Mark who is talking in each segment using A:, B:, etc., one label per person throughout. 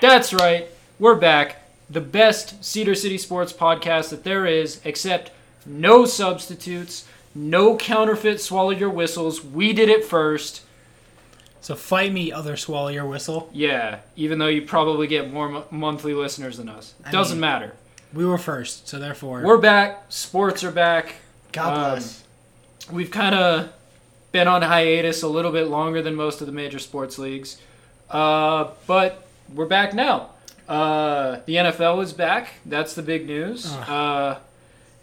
A: That's right. We're back. The best Cedar City sports podcast that there is, except no substitutes, no counterfeit swallow your whistles. We did it first.
B: So fight me, other swallow your whistle.
A: Yeah, even though you probably get more mo- monthly listeners than us.
B: I
A: Doesn't
B: mean-
A: matter.
B: We were first, so therefore,
A: We're back. Sports are back.
B: God
A: um,
B: bless.
A: We've kind of been on hiatus a little bit longer than most of the major sports leagues. Uh, but we're back now. Uh, the NFL is back. That's the big news.
B: Ugh.
A: Uh,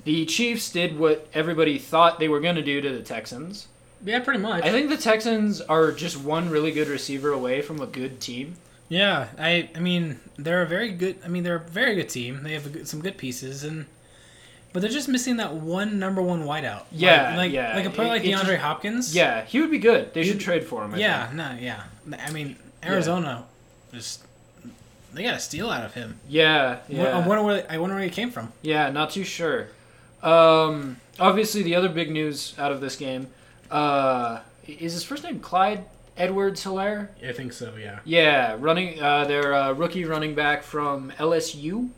A: the Chiefs did what everybody thought they were going to do to the Texans.
B: Yeah, pretty much.
A: I think the Texans are just one really good receiver away from a good team.
B: yeah, I, I mean, they're a very good. I mean, they're a very good team. They have a good, some good pieces, and but they're just missing that one number one wideout.
A: Yeah,
B: like, like,
A: yeah.
B: like a player
A: It-
B: like
A: it
B: DeAndre
A: just-
B: Hopkins.
A: Yeah, he would be good. They should
B: He'd-
A: trade for him. I
B: yeah, no, yeah. I mean, Arizona just they got a steal out of him.
A: think. yeah, yeah.
B: I wonder where I wonder where he came from.
A: Yeah, not too sure. Um, obviously, the other big news out of this game uh, is his first name Clyde Edwards Hilaire.
B: I think so. Yeah,
A: Yeah, running uh, their uh, rookie running back from LSU,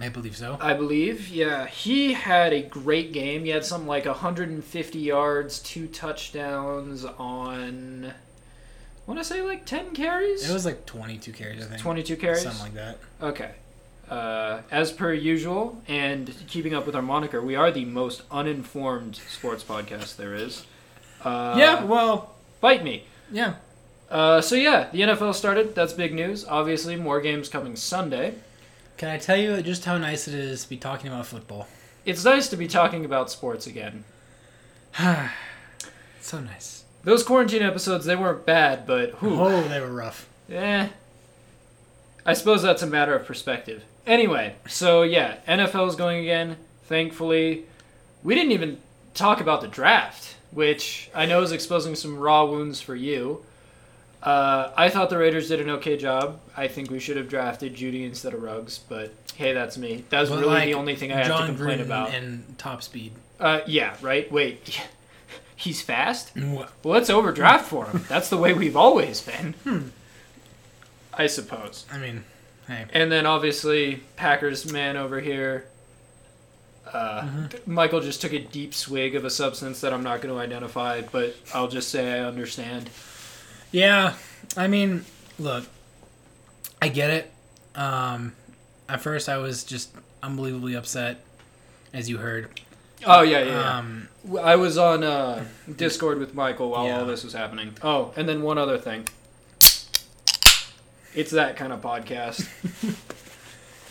B: I believe so.
A: I believe. Yeah, he had a great game. He had something like 150 yards, two touchdowns on. I want to say like 10 carries.
B: It was like 22 carries, I think.
A: 22 carries.
B: Something like that.
A: Okay. Uh, as per usual, and keeping up with our moniker, we are the most uninformed sports podcast there is. Uh,
B: yeah, well,
A: Bite me.
B: yeah.
A: Uh, so, yeah, the NFL started. That's big news. Obviously, more games coming Sunday.
B: Can I tell you just how nice it is to be talking about football?
A: It's nice to be talking about sports again.
B: so nice.
A: Those quarantine episodes, they weren't bad, but whew,
B: Oh, they were rough.
A: eh. I suppose that's a matter of perspective. Anyway, so yeah, NFL's going again, thankfully. We didn't even talk about the draft, which I know is exposing some raw wounds for you. Uh, I thought the Raiders did an okay job. I think we should have drafted Judy instead of Ruggs, but hey, that's me. That's
B: But,
A: really
B: like,
A: the only thing I have to
B: John
A: complain
B: Gruden
A: about.
B: and top speed.
A: uh, yeah, right? Wait, he's fast?
B: What?
A: Well, let's overdraft for him. That's the way we've always been. Hmm. I suppose.
B: I mean, hey.
A: And then obviously Packers man over here. Uh, Michael just took a deep swig of a substance that I'm not going to identify, but I'll just say I understand.
B: Yeah, I mean, look, I get it. Um, at first, I was just unbelievably upset, as you heard.
A: Oh yeah, yeah. yeah.
B: Um,
A: W- I was on uh, Discord with Michael while
B: Yeah.
A: all this was happening. Oh, and then one other thing. It's that kind of podcast.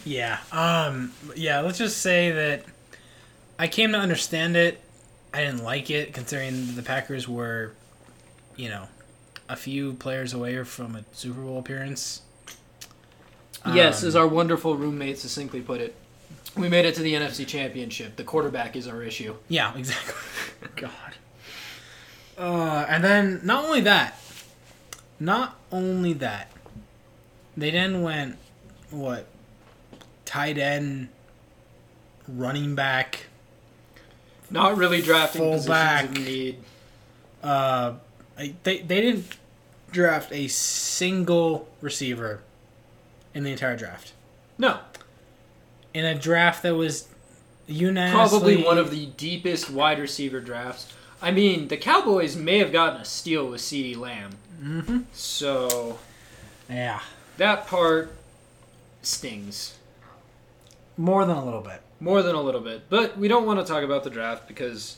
B: yeah. Um, yeah. Let's just say that I came to understand it. I didn't like it, considering the Packers were, you know, a few players away from a Super Bowl appearance.
A: yes,
B: Um,
A: as our wonderful roommate succinctly put it, we made it to the NFC Championship. The quarterback is our issue.
B: Yeah, exactly. God. Uh, and then not only that, not only that, they then went what tight end, running back,
A: Not really drafting
B: Fullback.
A: positions of need.
B: uh, I- they they didn't draft a single receiver in the entire draft.
A: No,
B: In a draft that was unanimously
A: probably one of the deepest wide receiver drafts. I mean, the Cowboys may have gotten a steal with CeeDee Lamb.
B: Mhm.
A: So
B: yeah
A: that part stings
B: more than a little bit.
A: more than a little bit. But we don't want to talk about the draft because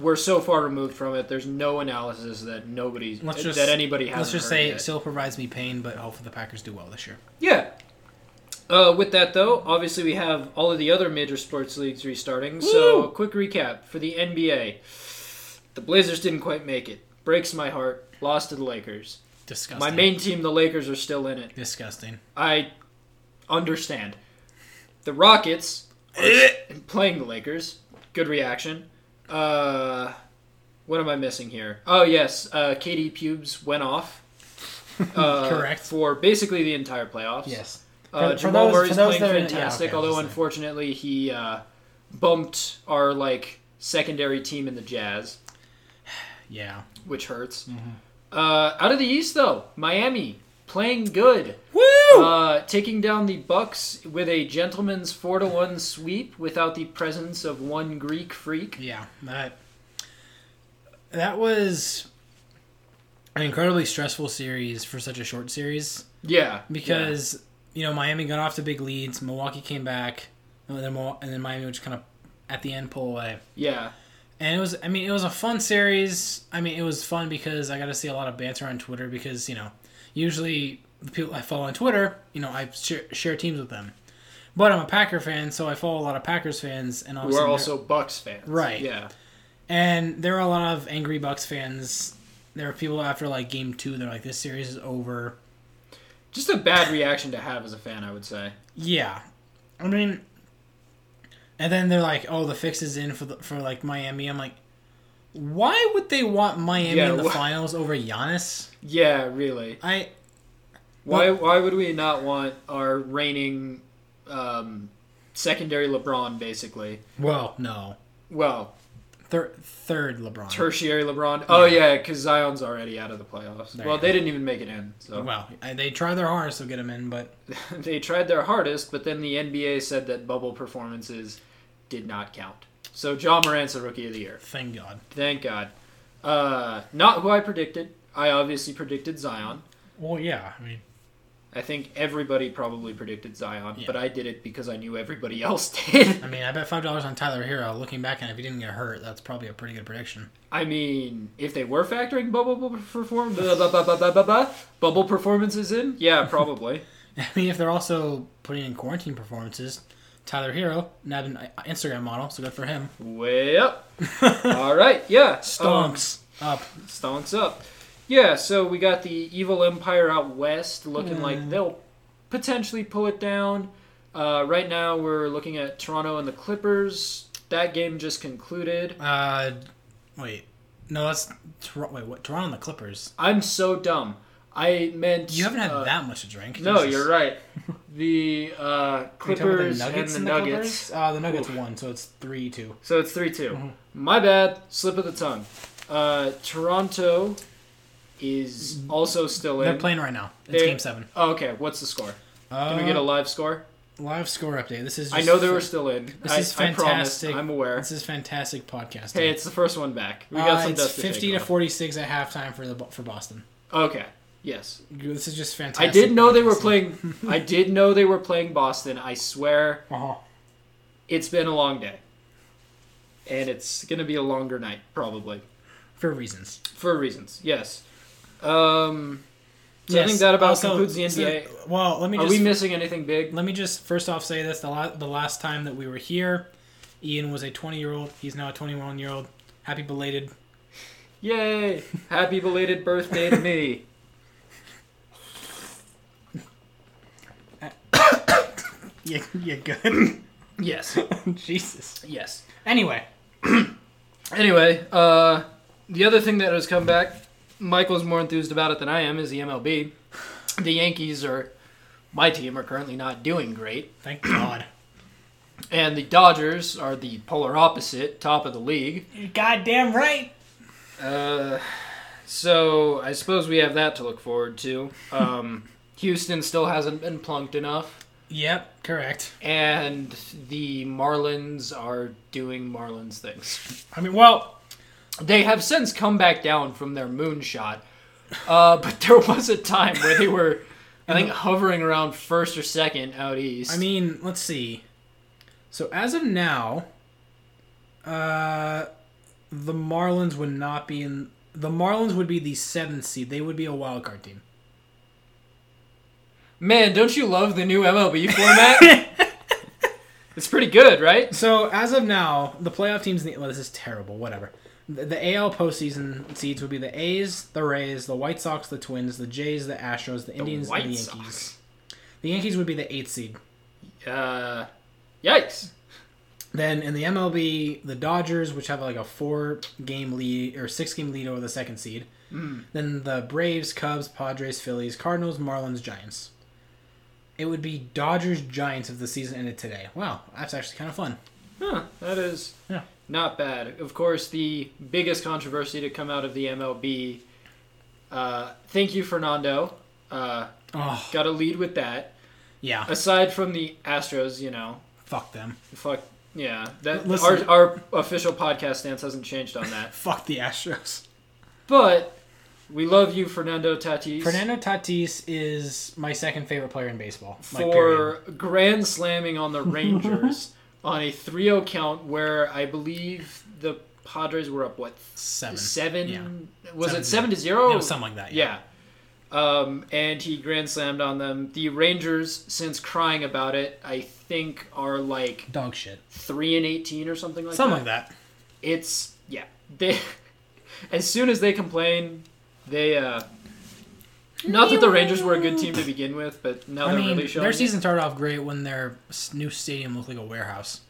A: we're so far removed from it. There's no analysis that nobody
B: Let's just
A: that anybody has.
B: Let's just say
A: yet.
B: it still provides me pain, but hopefully the Packers do well this year.
A: Yeah. Uh, with that, though, obviously we have all of the other major sports leagues restarting. So,
B: Woo!
A: a quick recap for the NBA. The Blazers didn't quite make it. Breaks my heart. Lost to the Lakers.
B: Disgusting.
A: My main team, the Lakers, are still in it.
B: Disgusting.
A: I understand. The Rockets playing the Lakers. Good reaction. Uh, what am I missing here? Oh yes, uh, KD pubes went off. Uh,
B: Correct.
A: for basically the entire playoffs.
B: yes.
A: Uh,
B: For- for
A: Jamal
B: those-
A: Murray's
B: for those
A: playing
B: that are- yeah,
A: fantastic,
B: okay, I was
A: although
B: just saying.
A: unfortunately he uh, bumped our like secondary team in the Jazz,
B: Yeah. Mm-hmm.
A: which hurts. Uh, out of the East though, Miami playing good.
B: Woo!
A: Uh, taking down the Bucks with a gentleman's four to one sweep without the presence of one Greek freak.
B: Yeah, that that was an incredibly stressful series for such a short series
A: Yeah,
B: because you know Miami got off to big leads, Milwaukee came back, and then Mil- and then Miami was kind of at the end pull away.
A: yeah,
B: And it was, I mean, it was a fun series. I mean, it was fun because I got to see a lot of banter on Twitter because, you know, usually the people I follow on Twitter, you know, I share, share teams with them. But I'm a Packer fan, so I follow a lot of Packers fans. And
A: yeah. who are
B: obviously
A: also Bucks fans.
B: Right.
A: Yeah,
B: and there were a lot of angry Bucks fans. There were people after, like, game two, they're like, this series is over.
A: just a bad reaction to have as a fan, I would say.
B: Yeah, I mean, and then they're like, "Oh, the fix is in for the, for like Miami." I'm like, why would they want Miami
A: Yeah,
B: in the
A: wha-
B: finals over Giannis?
A: Yeah, really.
B: I
A: Why? Why would we not want our reigning um, secondary LeBron, basically?
B: well, no,
A: Well,
B: third third LeBron.
A: tertiary LeBron. Oh yeah, because Zion's already out of the playoffs.
B: There
A: well,
B: you
A: they didn't even make it in. So
B: well, I, they try their hardest to get him in, but
A: they tried their hardest, but then the NBA said that bubble performances did not count. So John Morant's the rookie of the year.
B: thank God.
A: Thank God. Uh, not who I predicted. I obviously predicted Zion.
B: Well, yeah, I mean,
A: I think everybody probably predicted Zion,
B: Yeah.
A: but I did it because I knew everybody else did.
B: I mean, I bet five dollars on Tyler Hero. Looking back, and if he didn't get hurt, that's probably a pretty good prediction.
A: I mean, if they were factoring bubble bu- perform blah, blah, blah, blah, blah, blah, blah, bubble performances in, yeah, probably.
B: I mean, if they're also putting in quarantine performances, Tyler Hero, not an uh, Instagram model, so good for him.
A: Way up. All right, yeah.
B: Stonks up.
A: Um, stonks up. Yeah, so we got the evil empire out west looking like they'll potentially pull it down. Uh, right now, we're looking at Toronto and the Clippers. That game just concluded.
B: Uh, wait, no, that's Tor- wait. What Toronto and the Clippers?
A: I'm so dumb. I meant
B: You haven't had
A: uh,
B: that much to drink.
A: No, you're right. The uh, Clippers and the Nuggets.
B: Uh, the Nuggets
A: Oof.
B: won, so it's three two.
A: So it's 3 2.
B: Mm-hmm.
A: My bad. Slip of the tongue. Uh, Toronto is also still in.
B: Mm-hmm. They're playing right now. It's
A: They're-
B: game seven.
A: Oh, okay, what's the score?
B: Uh,
A: Can we get a live score?
B: live score update? This is.
A: I
B: just
A: know they
B: fa-
A: were still in.
B: This
A: I,
B: is
A: I promise.
B: fantastic.
A: I'm aware.
B: This is fantastic podcasting.
A: Hey, it's the first one back. We
B: Uh,
A: got some
B: it's
A: dust to
B: fifty
A: shake
B: to
A: off.
B: forty six at halftime for the Bo- for Boston.
A: Okay. Yes.
B: This is just
A: I
B: fantastic.
A: did know they were
B: podcasting.
A: playing. I did know they were playing Boston. I swear,
B: Uh-huh.
A: it's been a long day, and it's gonna be a longer night probably
B: for reasons.
A: for reasons. Yes. Um. So I
B: Yes,
A: think that about
B: also-
A: concludes the
B: so-
A: NBA.
B: well, let me
A: Are
B: just
A: we missing anything big?
B: let me just first off say this: the la- the last time that we were here, Ian was a 20 year old. He's now a 21 year old. Happy belated.
A: Yay! Happy belated birthday to me.
B: Yeah, yeah, good.
A: Yes.
B: Jesus.
A: Yes.
B: Anyway,
A: Anyway, uh, the other thing that has come back, Michael's more enthused about it than I am, is the MLB. The Yankees are, my team, are currently not doing great.
B: thank God.
A: And the Dodgers are the polar opposite, top of the league.
B: You're goddamn right.
A: Uh, so I suppose we have that to look forward to. Um, Houston still hasn't been plunked enough.
B: Yep, correct.
A: and the Marlins are doing Marlins things.
B: I mean, well,
A: They have since come back down from their moonshot, uh, but there was a time where they were, I think, hovering around first or second out east.
B: I mean, let's see. So as of now, uh, the Marlins would not be in. The Marlins would be the seventh seed. They would be a wild card team.
A: man, don't you love the new MLB format? it's pretty good, right?
B: So as of now, the playoff teams. In the, well, this is terrible. Whatever. The, the AL postseason seeds would be the A's, the Rays, the White Sox, the Twins, the Jays, the Astros, the Indians,
A: White
B: and the Yankees.
A: Sox.
B: The Yankees would be the eighth seed.
A: Uh, yikes.
B: Then in the MLB, the Dodgers, which have like a four-game lead or six-game lead over the second seed.
A: Hmm.
B: Then the Braves, Cubs, Padres, Phillies, Cardinals, Marlins, Giants. It would be Dodgers Giants if the season ended today. Wow, that's actually kind of fun.
A: Huh, that is
B: Yeah.
A: not bad. Of course, the biggest controversy to come out of the MLB. Uh, thank you, Fernando. Uh,
B: Oh,
A: got a lead with that.
B: yeah.
A: Aside from the Astros, you know,
B: Fuck them.
A: fuck yeah. That
B: Listen.
A: our our official podcast stance hasn't changed on that.
B: Fuck the Astros.
A: But we love you, Fernando Tatis,
B: Fernando Tatis is my second favorite player in baseball. Like, period.
A: for grand slamming on the Rangers on a 3-0 count, where I believe the Padres were up what
B: seven.
A: seven?
B: Yeah.
A: Was
B: Seven
A: it
B: to
A: seven to
B: Yeah.
A: zero?
B: It was something like that. Yeah.
A: Yeah. Um, and he grand slammed on them. The Rangers, since crying about it, I think are like
B: Dog shit.
A: three and eighteen or something like
B: something
A: that.
B: like that.
A: It's yeah. They as soon as they complain, they uh not that the Rangers were a good team to begin with, but now
B: I
A: they're
B: mean,
A: really showing.
B: their
A: it.
B: season started off great when their s- new stadium looked like a warehouse.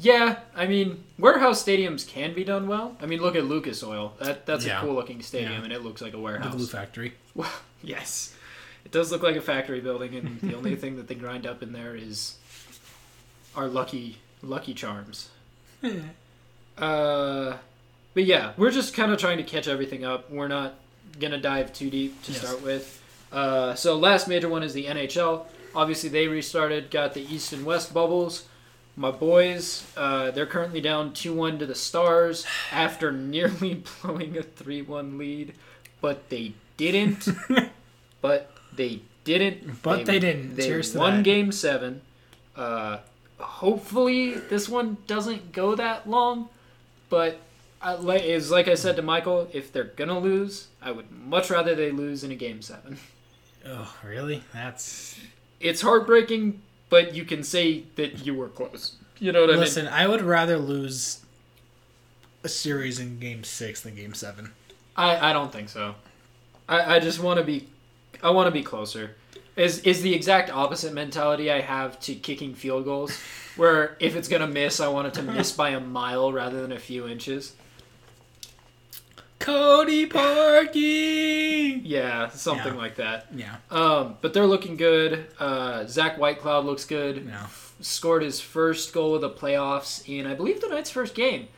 A: Yeah, I mean, warehouse stadiums can be done well. I mean, look at Lucas Oil. That that's
B: Yeah.
A: a cool looking stadium,
B: Yeah.
A: and it looks like a
B: The Blue
A: warehouse.
B: Factory.
A: Well, yes, it does look like a factory building, and the only thing that they grind up in there is our lucky lucky charms. uh, but yeah, we're just kind of trying to catch everything up. We're not gonna dive too deep to
B: Yes.
A: start with. Uh, so last major one is the NHL. Obviously, they restarted, got the East and West bubbles. My boys, uh, they're currently down 2 1 to the Stars after nearly blowing a 3 1 lead, but they didn't. but they didn't.
B: But they didn't.
A: They
B: Cheers to
A: won
B: that.
A: game seven. Uh, hopefully, this one doesn't go that long, but I, like, it's like I said to Michael, if they're going to lose, I would much rather they lose in a game seven.
B: Oh, really? That's.
A: It's heartbreaking, but you can say that you were close. You know what I mean?
B: Listen, I would rather lose a series in Game Six than Game Seven.
A: I, I don't think so. I, I just want to be, I want to be closer. Is is the exact opposite mentality I have to kicking field goals, where if it's gonna miss, I want it to miss by a mile rather than a few inches.
B: Cody Parkey.
A: Yeah, something
B: Yeah.
A: like that.
B: Yeah.
A: Um, but they're looking good. Uh, Zach Whitecloud looks good.
B: Yeah.
A: Scored his first goal of the playoffs in, I believe, the Knights' first game.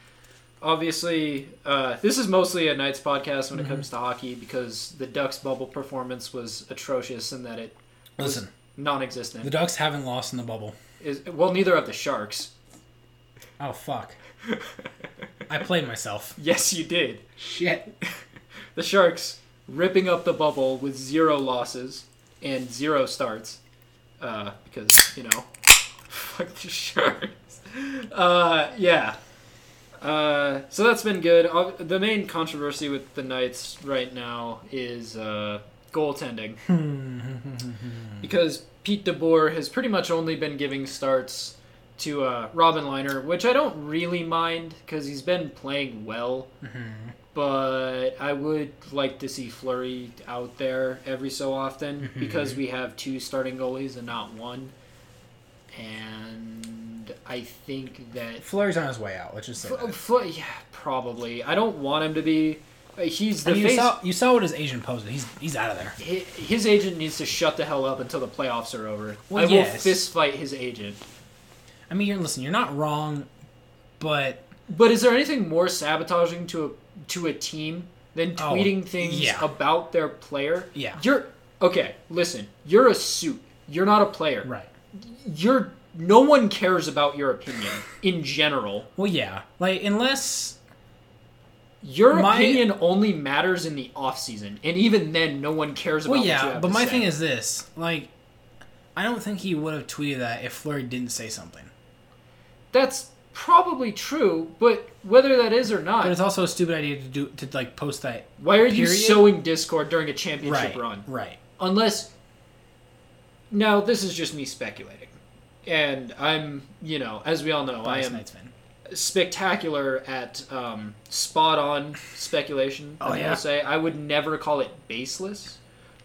A: Obviously, uh, this is mostly a Knights podcast when
B: Mm-hmm.
A: it comes to hockey because the Ducks' bubble performance was atrocious in that it
B: Listen,
A: non-existent.
B: the Ducks haven't lost in the bubble.
A: is well, neither of the Sharks.
B: Oh fuck. I played myself.
A: Yes, you did.
B: Shit.
A: The Sharks ripping up the bubble with zero losses and zero starts, uh, because you know, fuck the Sharks. Uh, yeah. Uh, so that's been good. Ob- The main controversy with the Knights right now is uh, goaltending. because Pete DeBoer has pretty much only been giving starts to uh, Robin Liner, which I don't really mind because he's been playing well. But I would like to see Flurry out there every so often because we have two starting goalies and not one. And I think that
B: Flurry's on his way out. Let's just say.
A: Fl- oh,
B: That.
A: Fl- um, yeah, probably. I don't want him to be. uh, He's
B: I
A: the
B: mean, you
A: face.
B: saw you saw what his agent posted. He's he's out of there.
A: hi- His agent needs to shut the hell up until the playoffs are over.
B: Well,
A: I will
B: yes.
A: fist fight his agent.
B: I mean, you're listen. You're not wrong, but
A: But is there anything more sabotaging to a to a team than
B: Oh,
A: tweeting things
B: yeah.
A: about their player?
B: Yeah.
A: You're okay. Listen, you're a suit. You're not a player.
B: right.
A: You're no one cares about your opinion in general.
B: Well, yeah. Like unless
A: Your
B: My-
A: opinion only matters in the off season, and even then, no one cares about.
B: Well,
A: what you
B: yeah,
A: have
B: but
A: to
B: my
A: say.
B: thing is this: like, I don't think he would have tweeted that if Flurry didn't say something.
A: That's probably true, but whether that is or
B: But
A: not,
B: it's also a stupid idea to do to like post that
A: why are you
B: period?
A: sowing discord during a championship
B: right,
A: run?
B: right.
A: Unless now this is just me speculating. And I'm, you know, as we all know, I
B: Bias
A: am
B: Knightsman.
A: spectacular at um, spot on speculation.
B: Oh,
A: I
B: yeah.
A: will say I would never call it baseless,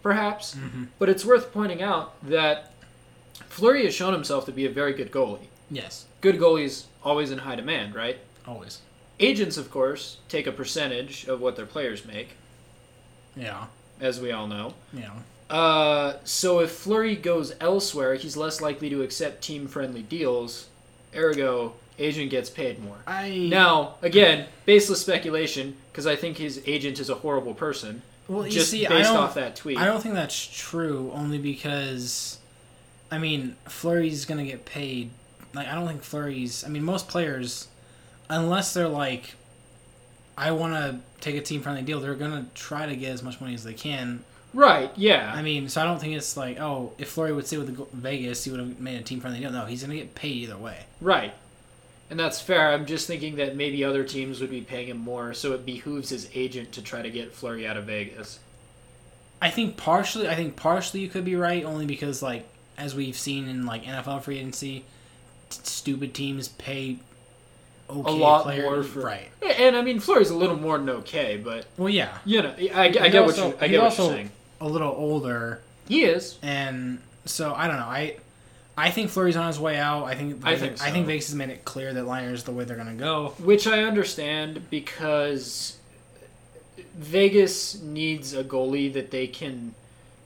A: perhaps,
B: Mm-hmm.
A: but it's worth pointing out that Fleury has shown himself to be a very good goalie.
B: Yes,
A: Good goalies always in high demand, right?
B: always.
A: Agents, of course, take a percentage of what their players make,
B: Yeah,
A: as we all know.
B: yeah.
A: Uh, so if Flurry goes elsewhere, he's less likely to accept team-friendly deals. Ergo, agent gets paid more.
B: I
A: Now, again, baseless speculation, because I think his agent is a horrible person.
B: Well, you
A: just
B: see, I
A: based
B: don't-
A: off that tweet.
B: I don't think that's true, only because, I mean, Flurry's gonna get paid. Like, I don't think Flurry's. I mean, most players, unless they're like, I want to take a team friendly deal, they're gonna try to get as much money as they can.
A: right? Yeah.
B: I mean, so I don't think it's like, oh, if Flurry would stay with the Go- Vegas, he would have made a team friendly deal. No, he's gonna get paid either way.
A: Right. And that's fair. I'm just thinking that maybe other teams would be paying him more, so it behooves his agent to try to get Flurry out of Vegas.
B: I think partially, I think partially you could be right, only because like as we've seen in like NFL free agency, t- stupid teams pay okay
A: lot
B: player-
A: more for-
B: right.
A: Yeah, And I mean, Flurry's a little more than okay, but
B: Well, yeah,
A: you know, I, I
B: He's
A: get
B: also-
A: what you, I
B: he's
A: get what
B: also-
A: you're saying.
B: a little older,
A: He is.
B: and so I don't know. I I think Flurry's on his way out. I think
A: I think
B: I think
A: so.
B: Vegas has made it clear that Liners the way they're gonna go.
A: Which I understand because Vegas needs a goalie that they can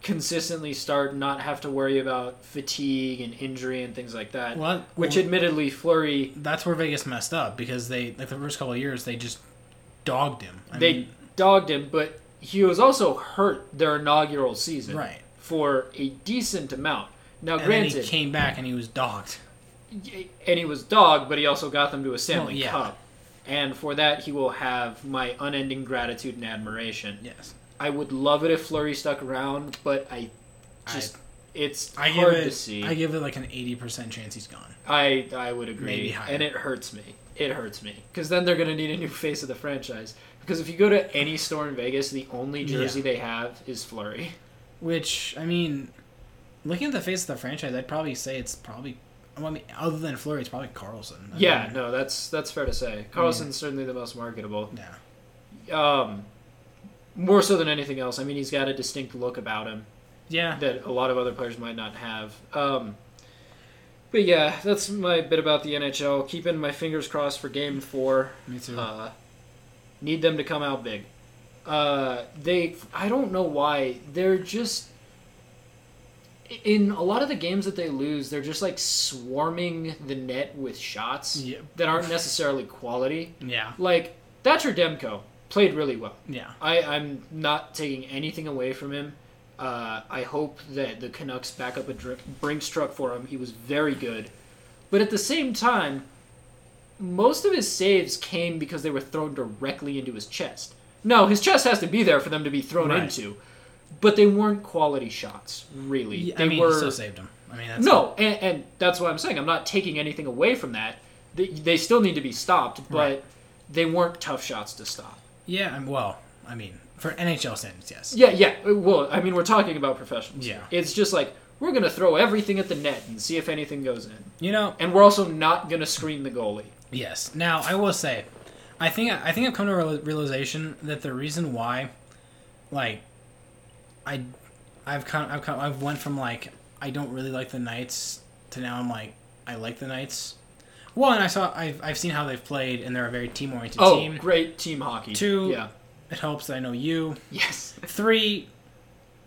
A: consistently start and not have to worry about fatigue and injury and things like that.
B: Well, that-
A: Which
B: well,
A: admittedly Flurry
B: that's where Vegas messed up because they like the first couple of years they just dogged him. I
A: they
B: mean,
A: dogged him, but he was also hurt their inaugural season
B: right,
A: for a decent amount. Now,
B: and
A: granted,
B: then he came back and he was dogged.
A: y- and he was dogged, but he also got them to a Stanley
B: yeah.
A: Cup. And for that, he will have my unending gratitude and admiration.
B: Yes.
A: I would love it if Flurry stuck around, but I
B: I-
A: just. it's
B: I give
A: hard
B: it.
A: to see.
B: I give it like an eighty percent chance he's gone.
A: I I would agree,
B: Maybe higher.
A: and it hurts me. It hurts me because then they're gonna need a new face of the franchise. Because if you go to any store in Vegas, the only jersey they have is Flurry.
B: Which I mean, looking at the face of the franchise, I'd probably say it's probably. well, I mean, other than Flurry, it's probably Carlson. I
A: Yeah,
B: mean,
A: no, that's that's fair to say. Carlson's certainly the most marketable,
B: yeah.
A: um, more so than anything else. I mean, he's got a distinct look about him
B: Yeah.
A: that a lot of other players might not have. Um, but yeah, that's my bit about the NHL. Keeping my fingers crossed for Game Four.
B: Me too.
A: Uh, need them to come out big. Uh, they, I don't know why they're just in a lot of the games that they lose. They're just like swarming the net with shots
B: Yeah.
A: that aren't necessarily quality.
B: Yeah.
A: Like Thatcher Demko played really well.
B: Yeah.
A: I, I'm not taking anything away from him. Uh, I hope that the Canucks back up a dr- Brinks truck for him. He was very good. But at the same time, most of his saves came because they were thrown directly into his chest. No, his chest has to be there for them to be thrown
B: Right.
A: into. But they weren't quality shots, really.
B: Yeah,
A: they
B: I mean,
A: were
B: he still saved him. I mean, that's
A: no, and, and that's what I'm saying. I'm not taking anything away from that. They, they still need to be stopped, but
B: Right.
A: they weren't tough shots to stop.
B: Yeah. I'm, well, I mean, for NHL standards, yes.
A: Yeah, yeah. Uh, Well, I mean, we're talking about professionals.
B: Yeah.
A: It's just like we're gonna throw everything at the net and see if anything goes in,
B: You know.
A: and we're also not gonna screen the goalie.
B: Yes. Now I will say, I think I think I've come to a real- realization that the reason why, like, I, I've come I've come I've went from like I don't really like the Knights to now I'm like I like the Knights. One, I saw I've I've seen how they've played and they're a very team oriented
A: Oh,
B: team.
A: great team hockey.
B: Two-
A: Yeah.
B: It helps that I know you.
A: Yes.
B: Three,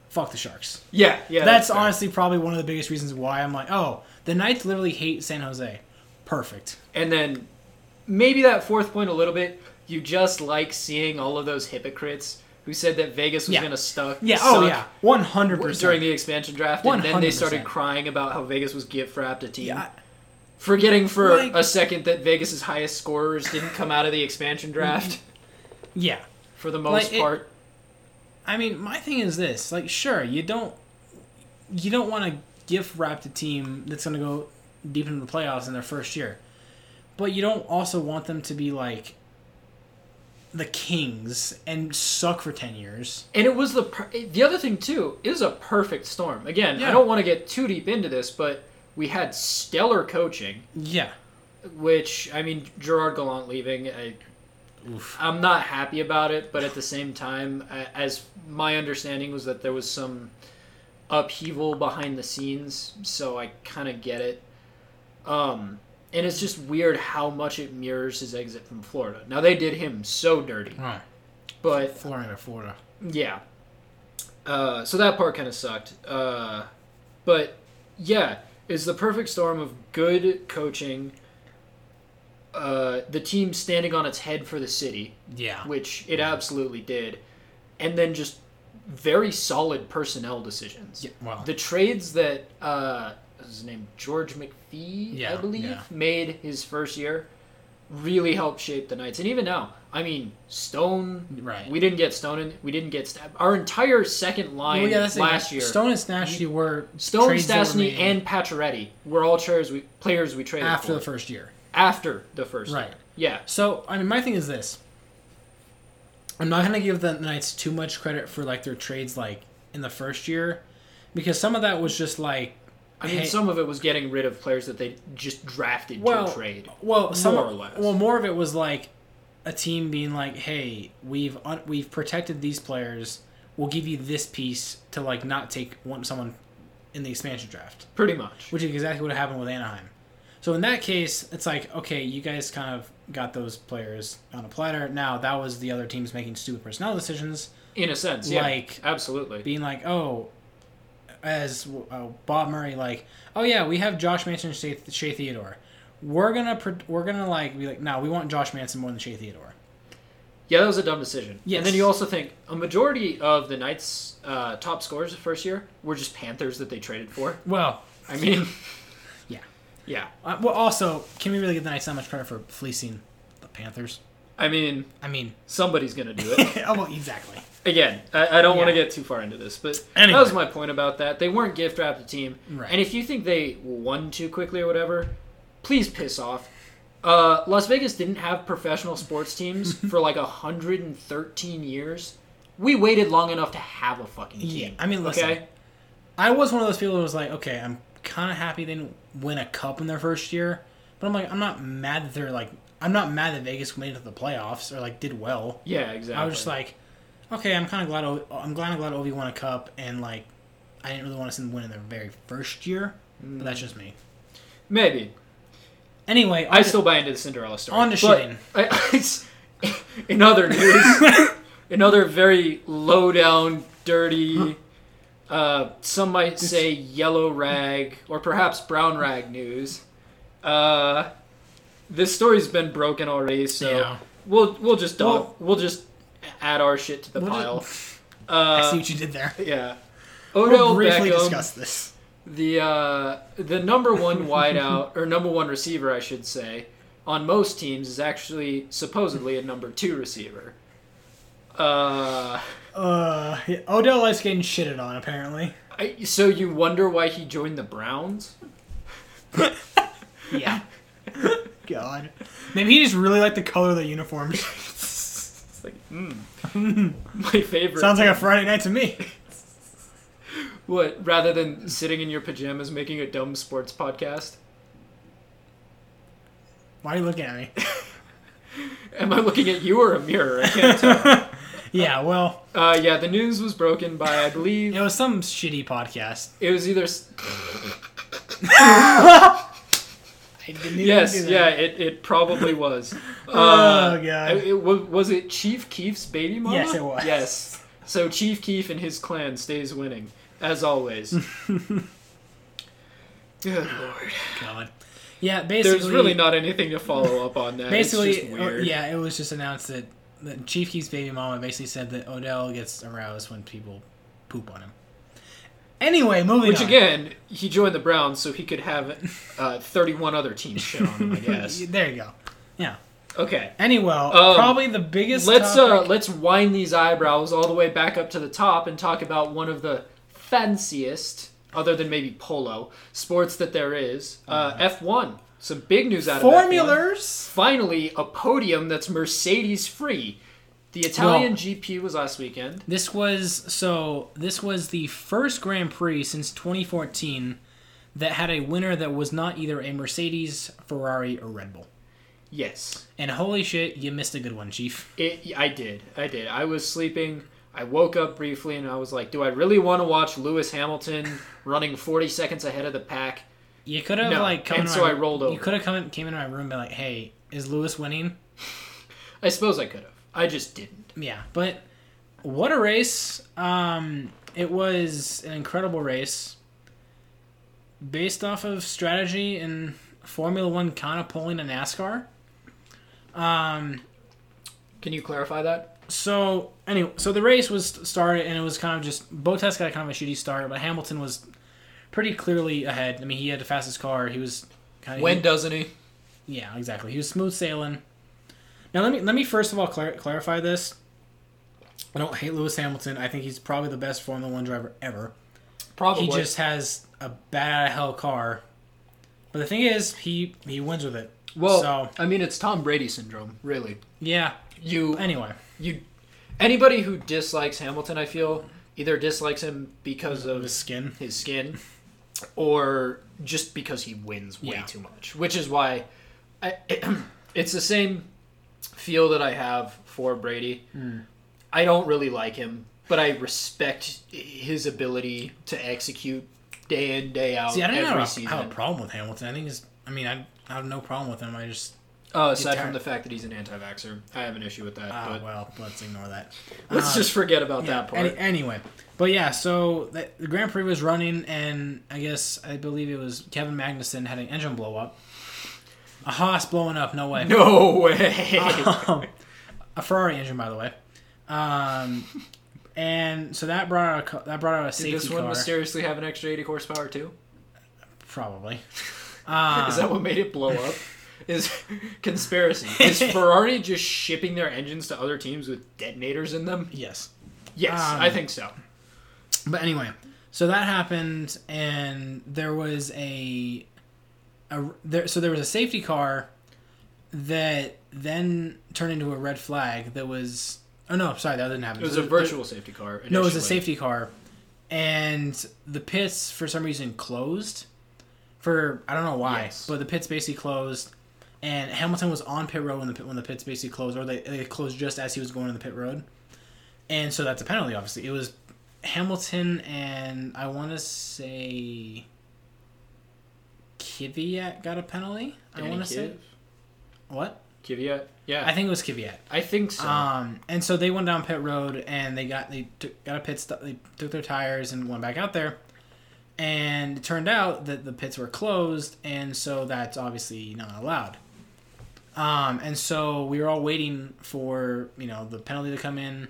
B: fuck the Sharks.
A: Yeah. Yeah.
B: That's
A: fair.
B: honestly probably one of the biggest reasons why I'm like, oh, the Knights literally hate San Jose. Perfect.
A: And then maybe that fourth point a little bit. You just like seeing all of those hypocrites who said that Vegas was
B: Yeah.
A: gonna stuck.
B: Yeah.
A: suck
B: Oh yeah. One hundred percent.
A: During the expansion draft, and then they
B: 100%.
A: started crying about how Vegas was gift wrapped a team.
B: yeah.
A: forgetting for
B: Like-
A: a second that Vegas's highest scorers didn't come out of the expansion draft
B: Yeah.
A: for the most
B: Like, it-
A: part.
B: I mean, my thing is this: like, sure, you don't, you don't want to gift wrap a team that's going to go deep into the playoffs in their first year, but you don't also want them to be like the Kings and suck for ten years.
A: and it was the per- the other thing too is a perfect storm. Again, I
B: Yeah.
A: don't want to get too deep into this, but we had stellar coaching,
B: Yeah.
A: which I mean Gerard Gallant leaving. I,
B: Oof.
A: I'm not happy about it, but at the same time, a- as my understanding was that there was some upheaval behind the scenes, so I kind of get it. Um, and it's just weird how much it mirrors his exit from Florida. Now they did him so dirty,
B: Right.
A: but
B: Florida, Florida.
A: yeah. Uh, so that part kind of sucked. Uh, but yeah, it's the perfect storm of good coaching, uh, the team standing on its head for the city
B: Yeah.
A: which it absolutely did, and then just very solid personnel decisions.
B: Yeah, well.
A: the trades that uh, what's his name George McPhee, I
B: Yeah,
A: believe,
B: yeah.
A: made his first year really helped shape the Knights, and even now, I mean, Stone.
B: Right.
A: We didn't get Stone, in, we didn't get Stab. Our entire second line
B: Well, yeah, that's the thing.
A: last year.
B: Stone and Stashney were
A: Stone,
B: trades that were
A: Stastny,
B: made
A: and Pacioretty were all players we players we traded
B: after
A: for.
B: the first year.
A: after the first
B: Right.
A: year. Yeah,
B: So I mean, my thing is this: I'm not gonna give the Knights too much credit for like their trades like in the first year, because some of that was just like,
A: I mean,
B: hey-
A: some of it was getting rid of players that they just drafted
B: well,
A: to trade.
B: well, some
A: more or less.
B: well, more of it was like a team being like, hey, we've un- we've protected these players. We'll give you this piece to like not take one someone in the expansion draft.
A: Pretty much.
B: which is exactly what happened with Anaheim. So in that case, it's like okay, you guys kind of got those players on a platter. Now that was the other teams making stupid personnel decisions,
A: In a sense, yeah.
B: Like-
A: absolutely.
B: being like, oh, as uh, Bob Murray, like, oh yeah, we have Josh Manson and Shea, Shea Theodore. We're gonna pro- we're gonna like be like, no, we want Josh Manson more than Shea Theodore.
A: yeah, that was a dumb decision. And then
B: Yes.
A: you also think a majority of the Knights' uh, top scorers the first year were just Panthers that they traded for.
B: Well,
A: I mean,
B: yeah.
A: yeah.
B: Uh, well, also, can we really give the Knights that much credit for fleecing the Panthers?
A: I mean,
B: I mean,
A: somebody's gonna do it
B: oh, well, exactly.
A: again. I, I don't want to
B: Yeah.
A: get too far into this, but
B: Anyway.
A: that was my point about that. They weren't gift wrapped a team,
B: Right.
A: and if you think they won too quickly or whatever, please piss off. Uh, Las Vegas didn't have professional sports teams for like 113 years. We waited long enough to have a fucking team.
B: Yeah, I mean, listen, I was one of those people who was like, okay, I'm kind of happy they didn't win a cup in their first year, but I'm like, I'm not mad that they're like, I'm not mad that Vegas made it to the playoffs or like did well.
A: Yeah, exactly.
B: I was just like, okay, I'm kind of glad o- I'm glad I'm glad Ovi won a cup and like, I didn't really want to see them win in their very first year, but that's just me.
A: maybe.
B: Anyway,
A: Mm. I still buy into the Cinderella story.
B: On to
A: But
B: shitting.
A: I- it's- in other news, in other very low down, dirty, uh, some might say yellow rag or perhaps brown rag news. Uh, this story's been broken already, so
B: Yeah.
A: we'll we'll just dump,
B: Well-
A: we'll just add our shit to the
B: We'll just-
A: pile.
B: I see
A: uh,
B: what you did there.
A: yeah.
B: We'll
A: Odell
B: briefly
A: Beckham,
B: discuss this.
A: the uh, the number one wideout or number one receiver, I should say, on most teams is actually supposedly a number two receiver. Uh,
B: Uh, yeah, Odell likes getting shitted on apparently.
A: I, so you wonder why he joined the Browns?
B: Yeah. God. Maybe he just really liked the color of the uniforms.
A: It's like, mm. my favorite.
B: Sounds like a Friday night to me.
A: what? Rather than sitting in your pajamas making a dumb sports podcast,
B: Why are you looking at me?
A: am I looking at you or a mirror? I can't tell.
B: Yeah, well,
A: Uh, yeah, the news was broken by I believe
B: it was some shitty podcast.
A: it was either s-
B: I didn't even
A: yes,
B: do
A: yeah,
B: that.
A: it, it probably was. Uh,
B: Oh, God.
A: I- it wa- was it Chief Keef's baby mama?
B: Yes, it was.
A: Yes. So Chief Keef and his clan stays winning, as always. Good lord.
B: God. Yeah, basically,
A: There's really not anything to follow up on that.
B: basically,
A: it's just
B: uh,
A: weird.
B: yeah, it was just announced that, that Chief Keef's baby mama basically said that Odell gets aroused when people poop on him. Anyway, moving
A: Which
B: on.
A: again, he joined the Browns so he could have uh, 31 other teams shit on him. I guess.
B: there you go. Yeah.
A: Okay.
B: Anyway,
A: Um,
B: probably the biggest.
A: Let's uh,
B: topic-
A: let's wind these eyebrows all the way back up to the top and talk about one of the fanciest, other than maybe polo, sports that there is. Uh, F1. Some big news out of F1.
B: formulars.
A: Finally, a podium that's Mercedes free. The Italian GP was last weekend.
B: This was so. This was the first Grand Prix since 2014 that had a winner that was not either a Mercedes, Ferrari, or Red Bull.
A: Yes,
B: And holy shit, you missed a good one, Chief.
A: it, I did. I did. I was sleeping. I woke up briefly and I was like, "Do I really want to watch Lewis Hamilton running 40 seconds ahead of the pack?"
B: You could have
A: No,
B: like come.
A: and
B: in
A: so
B: my-
A: I rolled
B: You
A: over.
B: could have come in, came into my room and been like, "Hey, is Lewis winning?"
A: I suppose I could have. I just didn't.
B: Yeah, but what a race! Um, it was an incredible race, based off of strategy and Formula One kind of pulling a NASCAR. Um,
A: Can you clarify that?
B: so anyway, so the race was started, and it was kind of just Bottas got kind of a shitty start, but Hamilton was pretty clearly ahead. I mean, he had the fastest car. He was kind of
A: When doesn't he?
B: yeah, exactly. He was smooth sailing. Now let me let me first of all clar- clarify this. I don't hate Lewis Hamilton. I think he's probably the best Formula One driver ever.
A: Probably.
B: He just has a bad hell car. But the thing is, he he wins with it.
A: well,
B: so
A: I mean, it's Tom Brady syndrome, really.
B: yeah.
A: You
B: Anyway,
A: you anybody who dislikes Hamilton, I feel either dislikes him because of
B: his skin.
A: his skin or just because he wins way
B: Yeah.
A: too much, which is why I, it's the same feel that I have for Brady.
B: Hmm.
A: I don't really like him, but I respect his ability to execute day in day out
B: See, I don't
A: every
B: know how I
A: season.
B: have a problem with Hamilton. I think he's. I mean, I, I have no problem with him. I just
A: uh, aside
B: tar-
A: from the fact that he's an anti-vaxxer, I have an issue with that.
B: ah,
A: but
B: well, let's ignore that.
A: let's just forget about that part.
B: Any, anyway, but yeah, so the, the Grand Prix was running, and I guess I believe it was Kevin Magnussen had an engine blow up. A Haas blowing up, no way.
A: no way.
B: Um, a Ferrari engine, by the way. Um, and so that brought out a, co- that brought out a safety
A: Did this one
B: car,
A: mysteriously have an extra 80 horsepower too?
B: probably. Ah. Uh,
A: Is that what made it blow up? Is conspiracy? Is Ferrari just shipping their engines to other teams with detonators in them?
B: Yes.
A: Yes,
B: Um,
A: I think so.
B: But anyway, so that happened, and there was a, a there, so there was a safety car that then turned into a red flag that was oh no sorry that didn't happen
A: It was a virtual safety car.
B: no it was a
A: initially.
B: safety car, and the pits for some reason closed, for I don't know why,
A: Yes.
B: but the pits basically closed. And Hamilton was on pit road when the pit, when the pits basically closed, or they, they closed just as he was going to the pit road, and so that's a penalty. Obviously, it was Hamilton and I want to say Kvyat got a penalty. I
A: Danny
B: want to say
A: Kiv-
B: what?
A: Kvyat. Yeah,
B: I think it was Kvyat.
A: I think so.
B: Um, and so they went down pit road and they got they took, got a pit stop. They took their tires and went back out there, and it turned out that the pits were closed, and so that's obviously not allowed. Um, and so we were all waiting for you know the penalty to come in,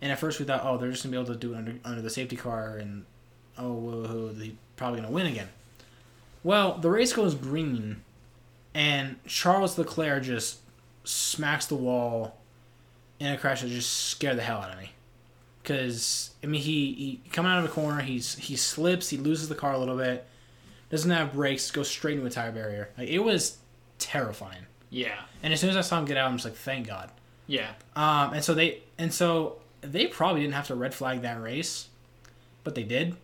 B: and at first we thought, oh, they're just gonna be able to do it under under the safety car, and oh, whoa, they're probably gonna win again. Well, the race goes green, and Charles Leclerc just smacks the wall in a crash that just scared the hell out of me. Because I mean, he, he coming out of a corner, he's he slips, he loses the car a little bit, doesn't have brakes, goes straight into a tire barrier. Like it was terrifying.
A: yeah,
B: And as soon as I saw him get out, I'm just like, thank God.
A: yeah.
B: Um, and so they and so they probably didn't have to red flag that race, but they did.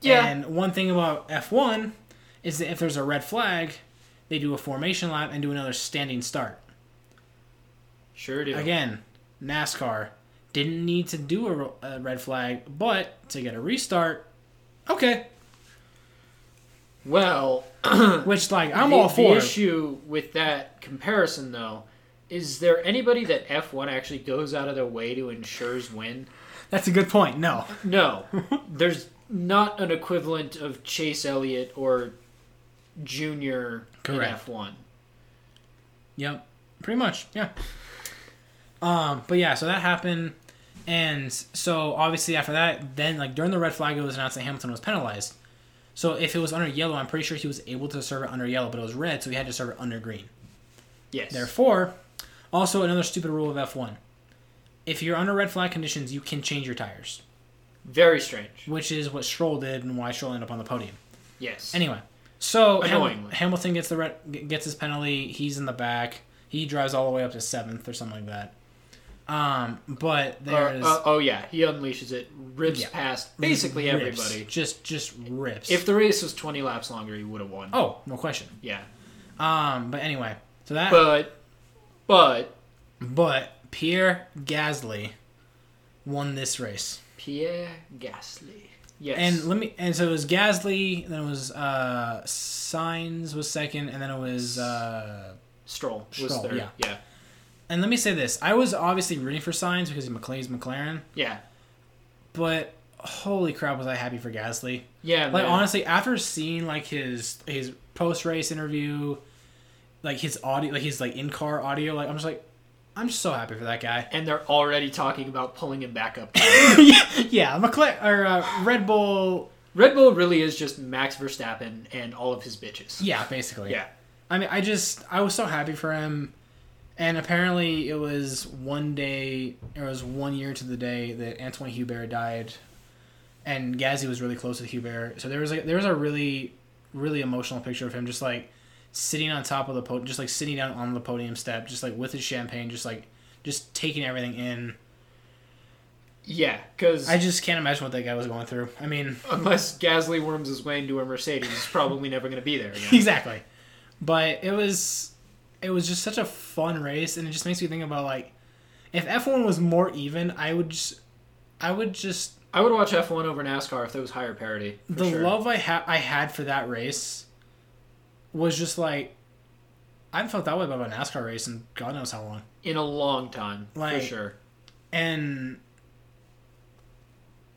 A: Yeah.
B: And one thing about F1 is that if there's a red flag, they do a formation lap and do another standing start.
A: sure do.
B: Again, NASCAR didn't need to do a, r- a red flag, but to get a restart, okay.
A: Well,
B: Which like I'm
A: the,
B: all
A: the
B: for. it.
A: issue with that comparison, though, is there anybody that F1 actually goes out of their way to ensures win?
B: That's a good point. No,
A: No, there's not an equivalent of Chase Elliott or Junior
B: Correct.
A: in F1.
B: Yep. Pretty much, yeah. Um, but yeah, so that happened, and so obviously after that, then like during the red flag, it was announced that Hamilton was penalized. So if it was under yellow, I'm pretty sure he was able to serve it under yellow, but it was red, so he had to serve it under green.
A: Yes.
B: Therefore, also another stupid rule of F1: if you're under red flag conditions, you can change your tires,
A: Very strange.
B: which is what Stroll did and why Stroll ended up on the podium.
A: Yes.
B: Anyway, so Ham-
A: Annoyingly.
B: Hamilton gets the red, g- gets his penalty. He's in the back. He drives all the way up to seventh or something like that. Um, but
A: Or-
B: there is
A: uh, oh yeah, he unleashes it, rips
B: Yeah.
A: past basically
B: rips.
A: everybody.
B: Just just rips.
A: If the race was 20 laps longer, he would have won.
B: oh no question.
A: Yeah.
B: Um, but anyway, so that
A: But but
B: but Pierre Gasly won this race.
A: Pierre Gasly. Yes.
B: And let me and so it was Gasly, then it was uh Signs was second, and then it was uh
A: Stroll was
B: Stroll,
A: third.
B: yeah.
A: yeah.
B: and let me say this. I was obviously rooting for Signs because he's McLaren's McLaren.
A: Yeah.
B: but holy crap was I happy for Gasly.
A: Yeah.
B: Like
A: man.
B: honestly, after seeing like his his post race interview, like his audio like his like in car audio, like I'm just like I'm so happy for that guy.
A: and they're already talking about pulling him back up.
B: yeah, McLaren or uh, Red Bull.
A: Red Bull really is just Max Verstappen and all of his bitches.
B: Yeah, basically.
A: Yeah.
B: I mean, I just I was so happy for him, and apparently it was one day, it was one year to the day that Antoine Hubert died, and Gazzy was really close with Hubert, so there was like there was a really really emotional picture of him just like sitting on top of the podium, just like sitting down on the podium step, just like with his champagne, just like just taking everything in.
A: Yeah, because
B: I just can't imagine what that guy was going through. I mean,
A: unless Gasly worms his way into a Mercedes, he's probably never going to be there again.
B: exactly. But it was it was just such a fun race and it just makes me think about like if F1 was more even, I would just I would just
A: I would watch F1 over NASCAR if there was higher parity. for
B: the
A: sure.
B: love I had I had for that race was just like I haven't felt that way about a NASCAR race in God knows how long.
A: in a long time,
B: Like-
A: for sure.
B: and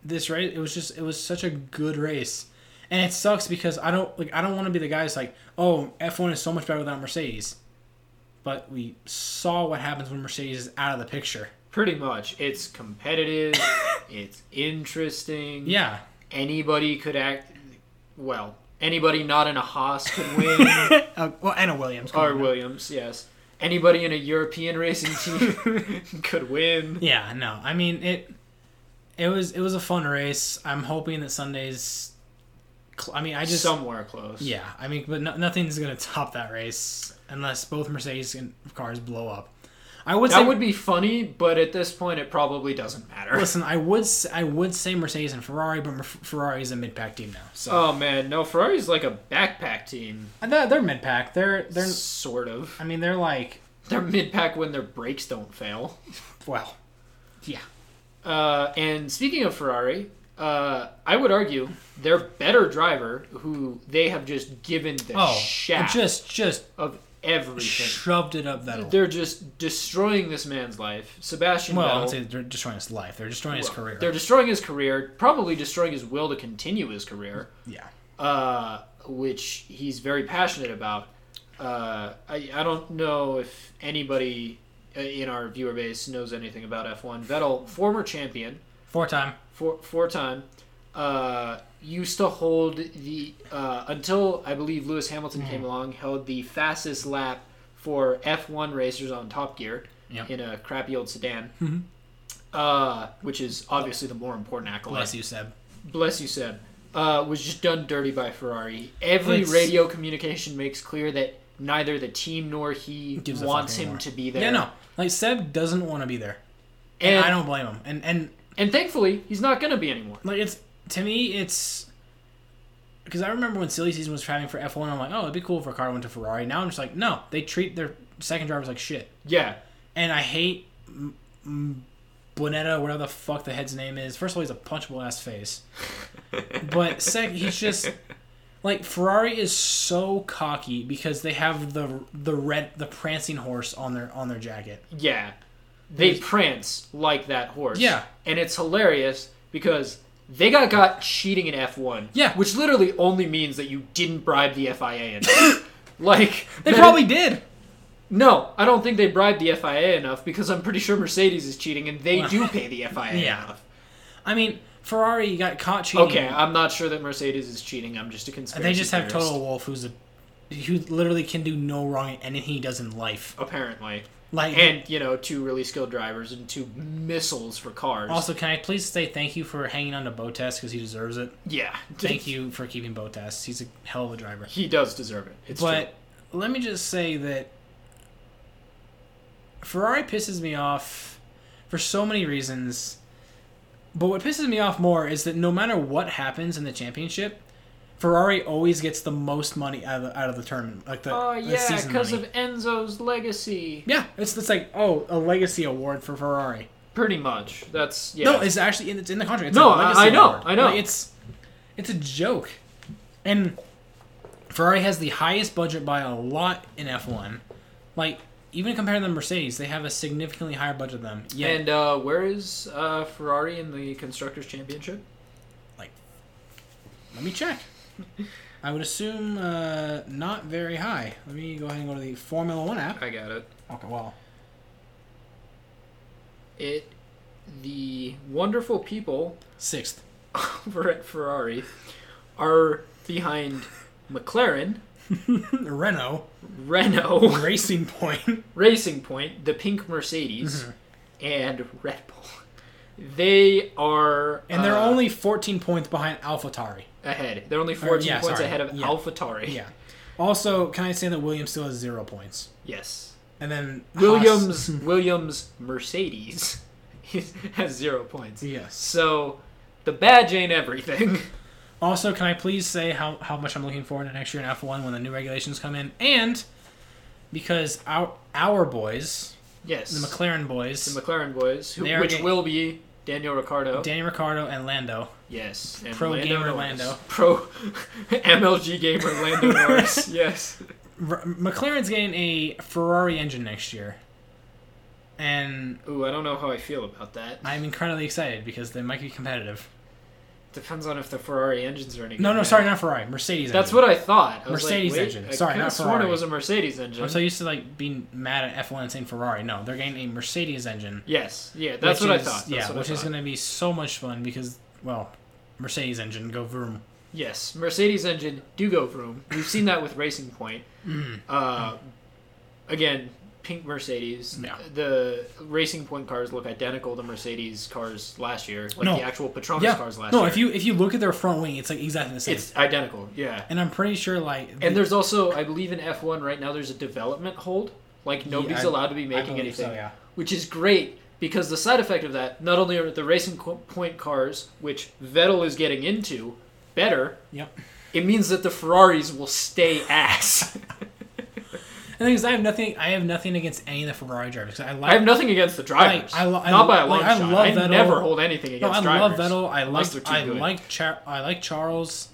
B: this race it was just it was such a good race and it sucks because i don't like i don't want to be the guy that's like oh f1 is so much better without mercedes but we saw what happens when mercedes is out of the picture
A: Pretty much, it's competitive. it's interesting.
B: yeah
A: anybody could act. Well, anybody not in a Haas could win.
B: uh, well anna williams come
A: or
B: on.
A: Williams, yes. Anybody in a European racing team could win.
B: yeah no i mean it it was it was a fun race i'm hoping that sunday's cl- i mean i just
A: somewhere close.
B: Yeah, I mean, but no, nothing's gonna top that race unless both Mercedes and- cars blow up. I would say.
A: That would be funny, but at this point, it probably doesn't matter.
B: listen, I would s- I would say Mercedes and Ferrari, but Mer- Ferrari is a mid pack team now, so
A: Oh man, no, Ferrari's like a backpack team,
B: And Uh, they're, they're mid pack. They're they're.
A: sort of.
B: I mean, they're like
A: They're mid-pack when their brakes don't fail.
B: well, yeah,
A: Uh, and speaking of Ferrari, uh, I would argue their better driver, who they have just given the
B: oh,
A: shaft
B: just just
A: of everything.
B: shoved it up that.
A: They're just destroying this man's life. Sebastian
B: Well, I
A: Vettel-
B: wouldn't say they're destroying his life. They're destroying his career.
A: They're destroying his career, probably destroying his will to continue his career,
B: yeah,
A: uh, which he's very passionate about. Uh, I, I don't know if anybody uh, in our viewer base knows anything about F1. Vettel, former champion,
B: four time.
A: four, four time, uh, used to hold the, uh, until I believe Lewis Hamilton
B: Mm.
A: came along, held the fastest lap for F1 racers on Top Gear
B: Yep. Mm-hmm.
A: in a crappy old sedan. Uh, which is obviously the more important accolade
B: Bless you, Seb.
A: bless you, Seb, uh, was just done dirty by Ferrari. Every
B: It's-
A: radio communication makes clear that neither the team nor he
B: Gives a
A: wants
B: fuck
A: him
B: anymore.
A: to be there.
B: Yeah, no, like Seb doesn't want to be there,
A: and,
B: and I don't blame him. And and
A: and thankfully, he's not going to be anymore.
B: like it's to me it's because I remember when silly season was traveling for F one, I'm like, oh, it'd be cool if Ricardo went to Ferrari. Now I'm just like, no, they treat their second drivers like shit,
A: Yeah,
B: and I hate M- M- Bonetta, whatever the fuck the head's name is. First of all, he's a punchable ass face, but second, he's just like Ferrari is so cocky because they have the the red the prancing horse on their on their jacket.
A: yeah. They
B: There's-
A: prance like that horse.
B: Yeah.
A: and it's hilarious because. They got got cheating in F one.
B: Yeah.
A: which literally only means that you didn't bribe the FIA enough. like
B: They
A: that-
B: probably did.
A: no. I don't think they bribed the FIA enough because I'm pretty sure Mercedes is cheating and they do pay the FIA
B: Yeah.
A: enough.
B: I mean, Ferrari got caught cheating.
A: Okay, I'm not sure that Mercedes is cheating. I'm just a conspiracy.
B: They just have
A: theorist,
B: Total Wolf, who's a who literally can do no wrong in anything he does in life.
A: apparently,
B: Like,
A: and you know, two really skilled drivers and two missiles for cars.
B: also, can I please say thank you for hanging on to Botas because he deserves it.
A: yeah,
B: Thank you for keeping Botas. He's a hell of a driver.
A: He does deserve it. It's
B: But let me just say that Ferrari pisses me off for so many reasons. But what pisses me off more is that no matter what happens in the championship, Ferrari always gets the most money out of the, out of the tournament, like the,
A: true. Oh
B: the
A: yeah,
B: season
A: because
B: money.
A: of Enzo's legacy.
B: Yeah, it's it's like oh, a legacy award for Ferrari.
A: Pretty much. That's yeah.
B: No, it's actually in, it's in the contract. It's
A: No,
B: a legacy
A: I- I know,
B: award.
A: I know.
B: Like, it's it's a joke, and Ferrari has the highest budget by a lot in F one. Like even compared to the Mercedes, they have a significantly higher budget than them. Yet,
A: and uh, where is uh, Ferrari in the constructors' championship?
B: like, let me check. I would assume uh, not very high. Let me go ahead and go to the Formula One app.
A: I got it.
B: Okay, well,
A: it the wonderful people
B: Sixth.
A: over at Ferrari are behind McLaren,
B: Renault.
A: Renault,
B: Racing Point.
A: Racing Point, the pink Mercedes,
B: Mm-hmm.
A: and Red Bull. They are
B: And they're
A: uh,
B: only 14 points behind AlphaTauri.
A: ahead. They're only 14
B: yeah,
A: points
B: sorry.
A: ahead of
B: Yeah.
A: AlphaTauri.
B: Yeah. Also, can I say that Williams still has zero points?
A: Yes.
B: And then Haas-
A: Williams Williams Mercedes has 0 points.
B: Yes.
A: So the badge ain't everything.
B: Also, can I please say how, how much I'm looking forward to next year in F1 when the new regulations come in? And because our our boys,
A: Yes.
B: the McLaren boys,
A: The McLaren boys, who,
B: They are
A: which
B: getting-
A: will be Daniel Ricciardo.
B: Danny Ricardo and Lando,
A: yes. And
B: Pro gamer
A: Norris.
B: Lando.
A: Pro MLG gamer Lando Norris. Yes.
B: R- McLaren's getting a Ferrari engine next year, and
A: Ooh, I don't know how I feel about that.
B: I'm incredibly excited because they might be competitive.
A: Depends on if the Ferrari engines are any
B: No,
A: good
B: no,
A: now.
B: sorry, not Ferrari, Mercedes.
A: That's
B: engine.
A: what I thought. I was like,
B: Mercedes
A: wait,
B: engine.
A: I
B: Sorry,
A: coulda
B: not
A: sworn
B: Ferrari.
A: it was a Mercedes engine.
B: I'm so used to like being mad at F1 and saying Ferrari. No, they're getting a Mercedes engine.
A: yes. Yeah, that's
B: which
A: what
B: is-
A: I thought. That's
B: yeah,
A: what I
B: which is
A: thought.
B: going to be so much fun because, well, Mercedes engine go vroom.
A: Yes, Mercedes engine do go vroom. We've seen that with Racing Point.
B: Mm.
A: Uh, again, pink Mercedes.
B: Yeah.
A: The Racing Point cars look identical to Mercedes cars last year, like
B: No.
A: the actual Petronas cars last
B: no,
A: year.
B: if you if you look at their front wing, it's like exactly the same.
A: it's identical, yeah.
B: and I'm pretty sure like
A: And there's also, I believe, in F1 right now, there's a development hold. Like nobody's
B: I-
A: allowed to be
B: I
A: making
B: believe
A: anything,
B: So, yeah.
A: which is great because the side effect of that, not only are the Racing Co- Point cars, which Vettel is getting into, better.
B: Yep.
A: It means that the Ferraris will stay ass.
B: And the thing is, I have nothing. I have nothing against any of the Ferrari drivers. 'cause I like.
A: I have nothing against the drivers.
B: I- I lo- I
A: Not
B: lo-
A: by a long
B: like, I
A: shot.
B: love
A: I
B: Vettel.
A: never hold anything
B: no,
A: against
B: I
A: drivers.
B: love Vettel. I
A: Unless they're
B: like.
A: too
B: I
A: good.
B: like. Char- I like Charles.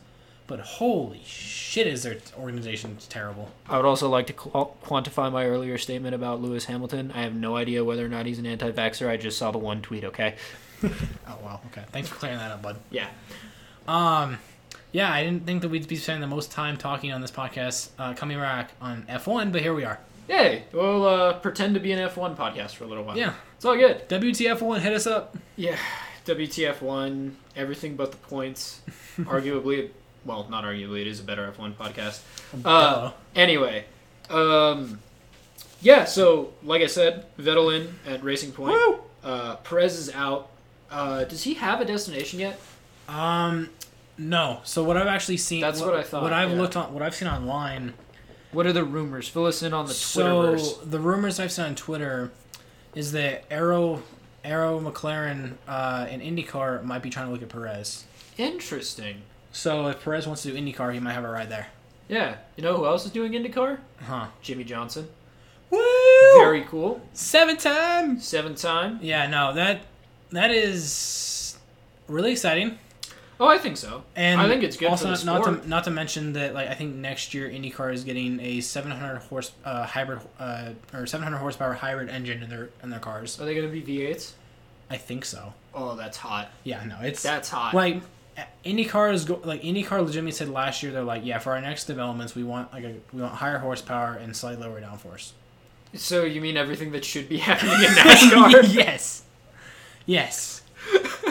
B: But holy shit, is their organization terrible?
A: I would also like to qu- quantify my earlier statement about Lewis Hamilton. I have no idea whether or not he's an anti-vaxxer. I just saw the one tweet. Okay.
B: Oh wow. Okay. Thanks for clearing that up, bud.
A: Yeah.
B: Um, yeah, I didn't think that we'd be spending the most time talking on this podcast uh, coming back on F1, but here we are.
A: Hey, we'll uh, pretend to be an F1 podcast for a little while.
B: Yeah,
A: It's all good.
B: WTF1, hit us up.
A: Yeah. WTF one, everything but the points. arguably, well, not arguably, it is a better F1 podcast. Uh,
B: Duh.
A: anyway, um, yeah, so like I said, Vettel in at Racing Point.
B: Woo!
A: Uh, Perez is out. Uh, does he have a destination yet?
B: Um, no. So what I've actually seen,
A: That's what I thought,
B: What I've
A: yeah.
B: looked on, what I've seen online.
A: What are the rumors? Fill us in on the
B: So
A: Twitterverse.
B: the rumors I've seen on Twitter is that Arrow, Arrow McLaren, uh, and IndyCar might be trying to look at Perez.
A: Interesting.
B: So if Perez wants to do IndyCar, he might have a ride there.
A: Yeah. You know who else is doing IndyCar?
B: Huh.
A: Jimmy Johnson.
B: Woo!
A: Very cool.
B: Seven times.
A: Seven time.
B: Yeah, no, that that is really exciting.
A: Oh, I think so.
B: And
A: I think it's good
B: Also,
A: for the
B: not,
A: sport.
B: not to not to mention that, like, I think next year IndyCar is getting a 700 horse uh, hybrid uh, or 700 horsepower hybrid engine in their in their cars.
A: Are they going to be V8s?
B: I think so.
A: Oh, that's hot.
B: Yeah, no, it's
A: That's hot.
B: like IndyCar is go- like IndyCar legitimately said last year they're like, yeah, for our next developments we want like a, we want higher horsepower and slightly lower downforce.
A: so you mean everything that should be happening in NASCAR?
B: yes, yes,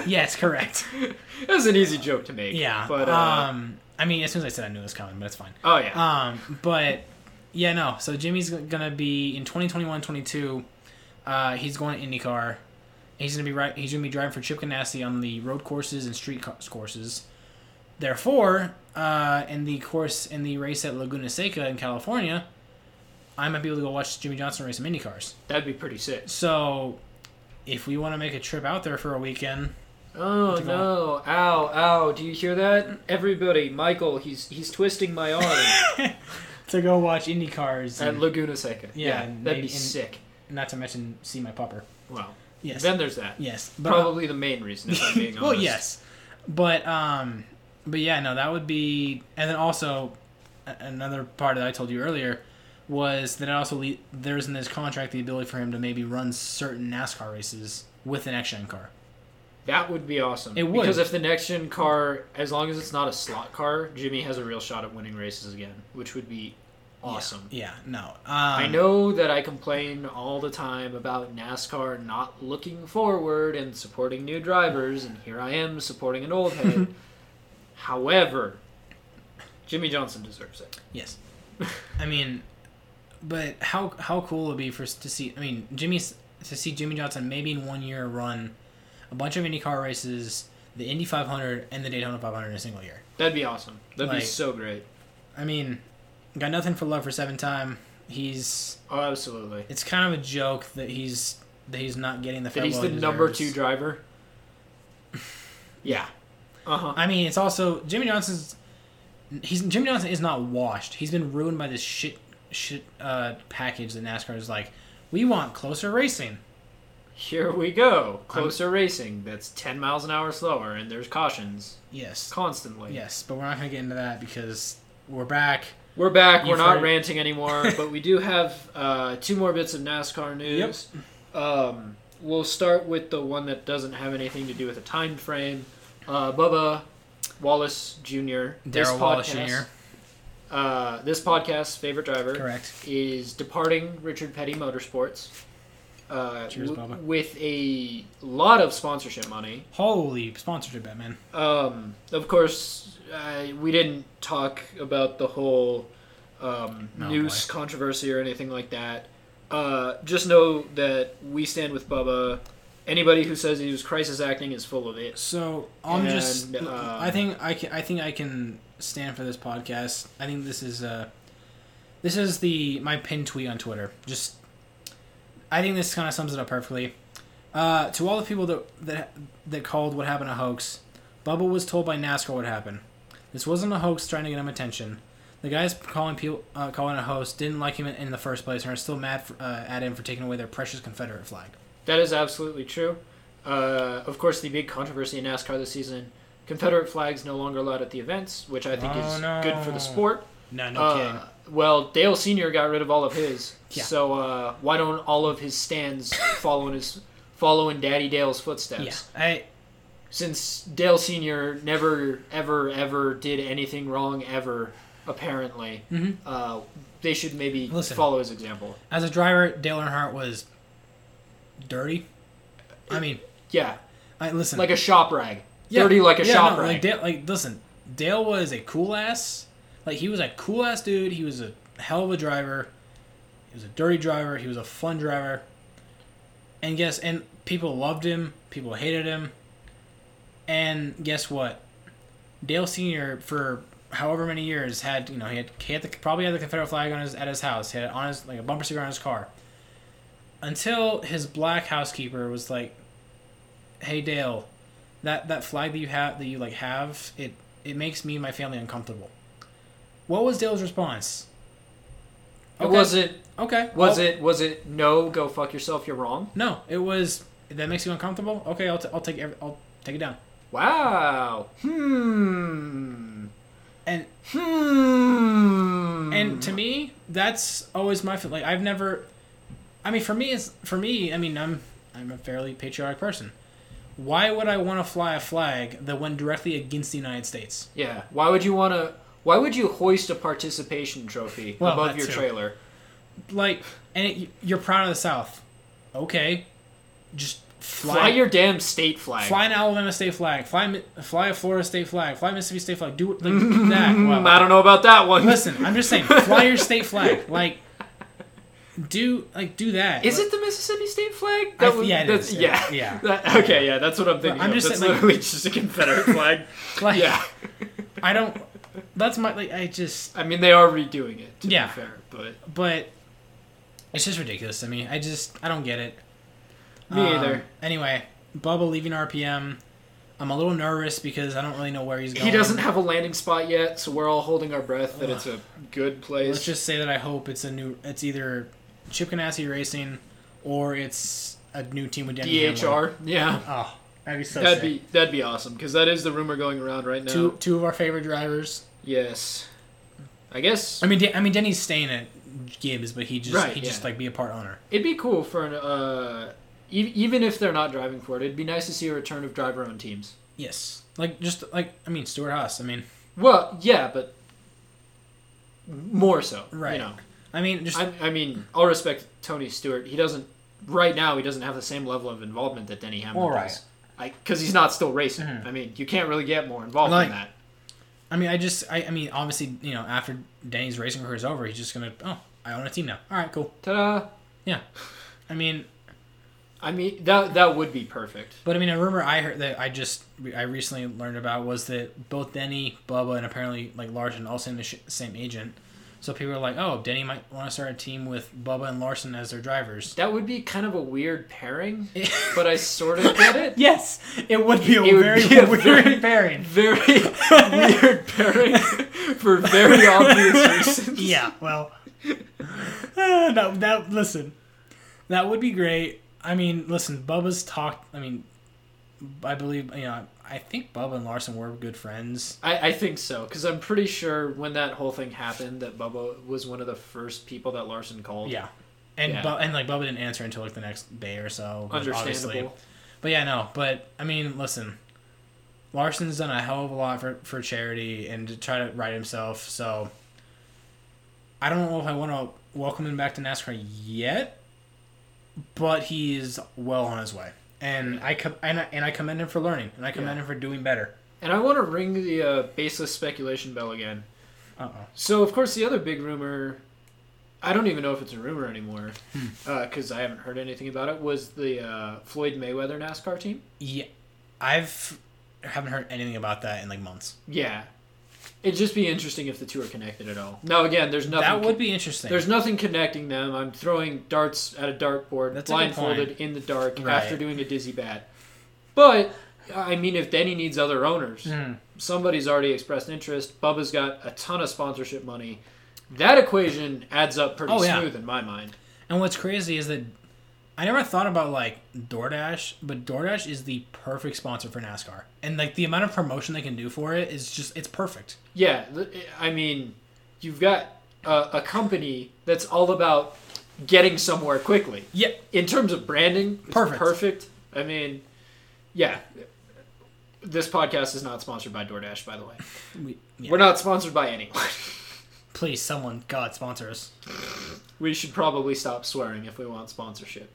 B: yes, correct.
A: That was an easy joke to make.
B: Yeah.
A: But uh,
B: um, I mean, as soon as I said I knew it was coming, but it's fine.
A: oh yeah,
B: Um, but yeah, no. So Jimmy's g- gonna be in 2021, 22. Uh, he's going to IndyCar. He's gonna be right. He's gonna be driving for Chip Ganassi on the road courses and street co- courses. Therefore, uh, in the course in the race at Laguna Seca in California, I might be able to go watch Jimmy Johnson race some IndyCars.
A: that'd be pretty sick.
B: So, if we want to make a trip out there for a weekend,
A: Oh
B: Think
A: no! Ow! Ow! Do you hear that? Everybody, Michael, he's he's twisting my arm
B: to go watch IndyCars,
A: at
B: and,
A: Laguna Seca.
B: Yeah,
A: that'd
B: and
A: be
B: maybe- and-
A: sick.
B: not to mention see my pupper.
A: Well,
B: Yes.
A: then there's that.
B: Yes, uh,
A: Probably the main reason, if I'm being honest.
B: well, yes, but um, but yeah, no, that would be, and then also a- another part that I told you earlier was that it also le- there's in this contract the ability for him to maybe run certain NASCAR races with an X-Gen car.
A: that would be awesome.
B: It would.
A: because if the next gen car, as long as it's not a slot car, Jimmy has a real shot at winning races again, which would be awesome.
B: Yeah, no. Um,
A: I know that I complain all the time about NASCAR not looking forward and supporting new drivers, and here I am supporting an old head. However, Jimmy Johnson deserves it.
B: Yes. I mean, but how how cool it would be for us to see? I mean, Jimmy's to see Jimmy Johnson maybe in one year run a bunch of IndyCar races, the Indy 500 and the Daytona 500 in a single year.
A: That'd be awesome. That'd
B: Like-
A: be so great.
B: I mean, got nothing for love for seven time. He's
A: Oh, absolutely.
B: it's kind of a joke that he's that he's not getting the
A: That he's the
B: farewell he
A: number
B: deserves.
A: two driver. Yeah. Uh huh.
B: I mean, it's also Jimmy Johnson's. He's Jimmy Johnson is not washed. He's been ruined by this shit shit uh, package that NASCAR is like. We want closer racing.
A: Here we go. Closer racing. That's 10 miles an hour slower, and there's cautions
B: Yes,
A: constantly.
B: yes, but we're not gonna get into that because we're back.
A: We're back.
B: You've
A: We're not
B: heard-
A: ranting anymore, but we do have uh, two more bits of NASCAR news. Um, we'll start with the one that doesn't have anything to do with a time frame. Uh, Bubba Wallace Jr. this
B: Daryl Wallace
A: podcast-
B: Jr.
A: Uh, this podcast's favorite driver
B: Correct.
A: is departing Richard Petty Motorsports. Uh,
B: Cheers,
A: w-
B: Bubba.
A: with a lot of sponsorship money.
B: Holy sponsorship, Batman.
A: Um, of course, uh, we didn't talk about the whole um,
B: No,
A: noose controversy or anything like that. Uh, just know that we stand with Bubba. Anybody who says he was crisis acting is full of it.
B: So I'm just.
A: And, um,
B: I think I can. I think I can stand for this podcast. I think this is. Uh, this is the my pin tweet on Twitter. Just. I think this kind of sums it up perfectly. Uh, to all the people that that that called what happened a hoax, Bubba was told by NASCAR what happened. This wasn't a hoax trying to get him attention. The guys calling people uh, calling a host didn't like him in, in the first place and are still mad for, uh, at him for taking away their precious Confederate flag.
A: That is absolutely true. Uh, of course, the big controversy in NASCAR this season Confederate flags no longer allowed at the events, which I think
B: Oh,
A: is
B: no.
A: good for the sport.
B: No, no kidding.
A: Uh, well, Dale Senior got rid of all of his,
B: Yeah.
A: so uh, why don't all of his stands follow in his follow in Daddy Dale's footsteps?
B: Yeah, I
A: Since Dale Senior never, ever, ever did anything wrong ever, apparently,
B: Mhm.
A: uh, they should maybe
B: Listen.
A: follow his example.
B: As a driver, Dale Earnhardt was dirty. I mean,
A: Yeah,
B: I listen.
A: like a shop rag,
B: Yeah.
A: dirty like a
B: Yeah,
A: shop
B: no,
A: rag.
B: Like, Dale, like listen, Dale was a cool ass. Like he was a cool ass dude. He was a hell of a driver. He was a dirty driver. He was a fun driver. And guess and people loved him. People hated him. And guess what? Dale Senior for however many years had you know he had, he had the, probably had the Confederate flag on his at his house. He had it on his like a bumper sticker on his car. Until his black housekeeper was like, "Hey Dale, that that flag that you have that you like have it it makes me and my family uncomfortable." What was Dale's response?
A: It Was it?
B: okay?
A: Was
B: I'll-
A: it? Was it? No, go fuck yourself. You're wrong.
B: No, it was. That makes you uncomfortable. Okay, I'll, t- I'll take every- I'll take it down.
A: Wow. Hmm.
B: And
A: Hmm.
B: And to me, that's always my feel. Like I've never, I mean, for me, it's for me. I mean, I'm I'm a fairly patriotic person. Why would I want to fly a flag that went directly against the United States?
A: Yeah. Why would you want to? Why would you hoist a participation trophy
B: Well,
A: above
B: that
A: your
B: too.
A: trailer?
B: Like, and it, you're proud of the South. Okay, just
A: Fly,
B: fly.
A: your damn state flag.
B: Fly an Alabama state flag. Fly Mi- fly a Florida state flag. Fly a Mississippi state flag. Do it like do that.
A: Mm,
B: Wow.
A: I don't know about that one.
B: Listen, I'm just saying. Fly your state flag. Like, do like do that.
A: is
B: Like-
A: it the Mississippi state flag?
B: I- yeah, it
A: that's-
B: is. It-
A: Yeah.
B: yeah.
A: That- okay. Yeah, that's what I'm thinking.
B: I'm
A: of.
B: just
A: that's
B: saying, like-
A: literally just a Confederate flag.
B: Like,
A: yeah.
B: I don't. That's my like. I just.
A: I mean, they are redoing it. To
B: Yeah.
A: Be fair, but
B: But it's just ridiculous to me. I just. I don't get it.
A: me
B: Um,
A: either.
B: Anyway, Bubba leaving RPM. I'm a little nervous because I don't really know where he's going.
A: He doesn't have a landing spot yet, so we're all holding our breath that
B: Ugh.
A: it's a good place.
B: Let's just say that I hope it's a new. It's either Chip Ganassi Racing, or it's a new team with Denny Hamlin.
A: DHR. Yeah.
B: Oh, that'd be so.
A: That'd
B: sick.
A: be that'd be awesome because that is the rumor going around right now.
B: two two of our favorite drivers.
A: Yes. I guess
B: I mean, De- I mean, Denny's staying at Gibbs, but he just
A: Right,
B: he just
A: yeah.
B: like be a part owner.
A: it'd be cool for an uh, e- even if they're not driving for it, it'd be nice to see a return of driver-owned teams.
B: Yes, like just like I mean, Stuart Haas. I mean,
A: Well, yeah, but more so.
B: Right.
A: You know,
B: I mean, just
A: I, I mean, I'll respect Tony Stewart. He doesn't right now. He doesn't have the same level of involvement that Denny Hamlin
B: All right. Mm-hmm.
A: does. Because he's not still racing. I mean, you can't really get more involved
B: Like-
A: than that.
B: I mean, I just, I, I mean, obviously, you know, after Danny's racing career is over, he's just gonna, oh, I own a team now. All right, cool.
A: Ta-da!
B: Yeah, I mean,
A: I mean, that that would be perfect.
B: but I mean, a rumor I heard that I just, I recently learned about was that both Denny, Bubba, and apparently like Larson all same the same agent. So people are like, oh, Denny might want to start a team with Bubba and Larson as their drivers.
A: That would be kind of a weird pairing, but I sort of get it.
B: Yes, it would be a
A: It would
B: very
A: be a
B: weird
A: very-
B: pairing.
A: Very weird pairing for very obvious reasons.
B: yeah, well, uh, that, that listen, that would be great. I mean, listen, Bubba's talked. I mean, I believe you know. I think Bubba and Larson were good friends.
A: I, I think so because I'm pretty sure when that whole thing happened that Bubba was one of the first people that Larson called.
B: Yeah, and
A: Yeah.
B: Bu- and like Bubba didn't answer until like the next day or so. but obviously-
A: understandable.
B: But yeah, no. But I mean, listen, Larson's done a hell of a lot for for charity and to try to right himself. So I don't know if I want to welcome him back to NASCAR yet, but he is well on his way, and I com- and I, and I commend him for learning, and I commend
A: Yeah.
B: him for doing better.
A: And I want to ring the uh, baseless speculation bell again.
B: Uh oh.
A: So of course the other big rumor, I don't even know if it's a rumor anymore
B: Hmm.
A: because I haven't heard anything about it. Was the uh, Floyd Mayweather NASCAR team?
B: Yeah, I've haven't heard anything about that in like months.
A: Yeah. It'd just be interesting if the two are connected at all. No, again, there's nothing.
B: that would be interesting.
A: There's nothing connecting them. I'm throwing darts at a dartboard,
B: That's a good
A: blindfolded in the dark
B: Right.
A: after doing a dizzy bat. But I mean, if Denny needs other owners,
B: Mhm.
A: somebody's already expressed interest. Bubba's got a ton of sponsorship money. That equation adds up pretty
B: Oh, yeah.
A: smooth in my mind.
B: And what's crazy is that I never thought about like DoorDash, but DoorDash is the perfect sponsor for NASCAR. And like the amount of promotion they can do for it is just it's perfect.
A: Yeah, th- I mean, you've got a, a company that's all about getting somewhere quickly.
B: Yeah.
A: in terms of branding, it's
B: Perfect.
A: Perfect. I mean, yeah. This podcast is not sponsored by DoorDash, by the way.
B: We, yeah.
A: We're not sponsored by anyone.
B: Please someone god sponsor us.
A: we should probably stop swearing if we want sponsorship.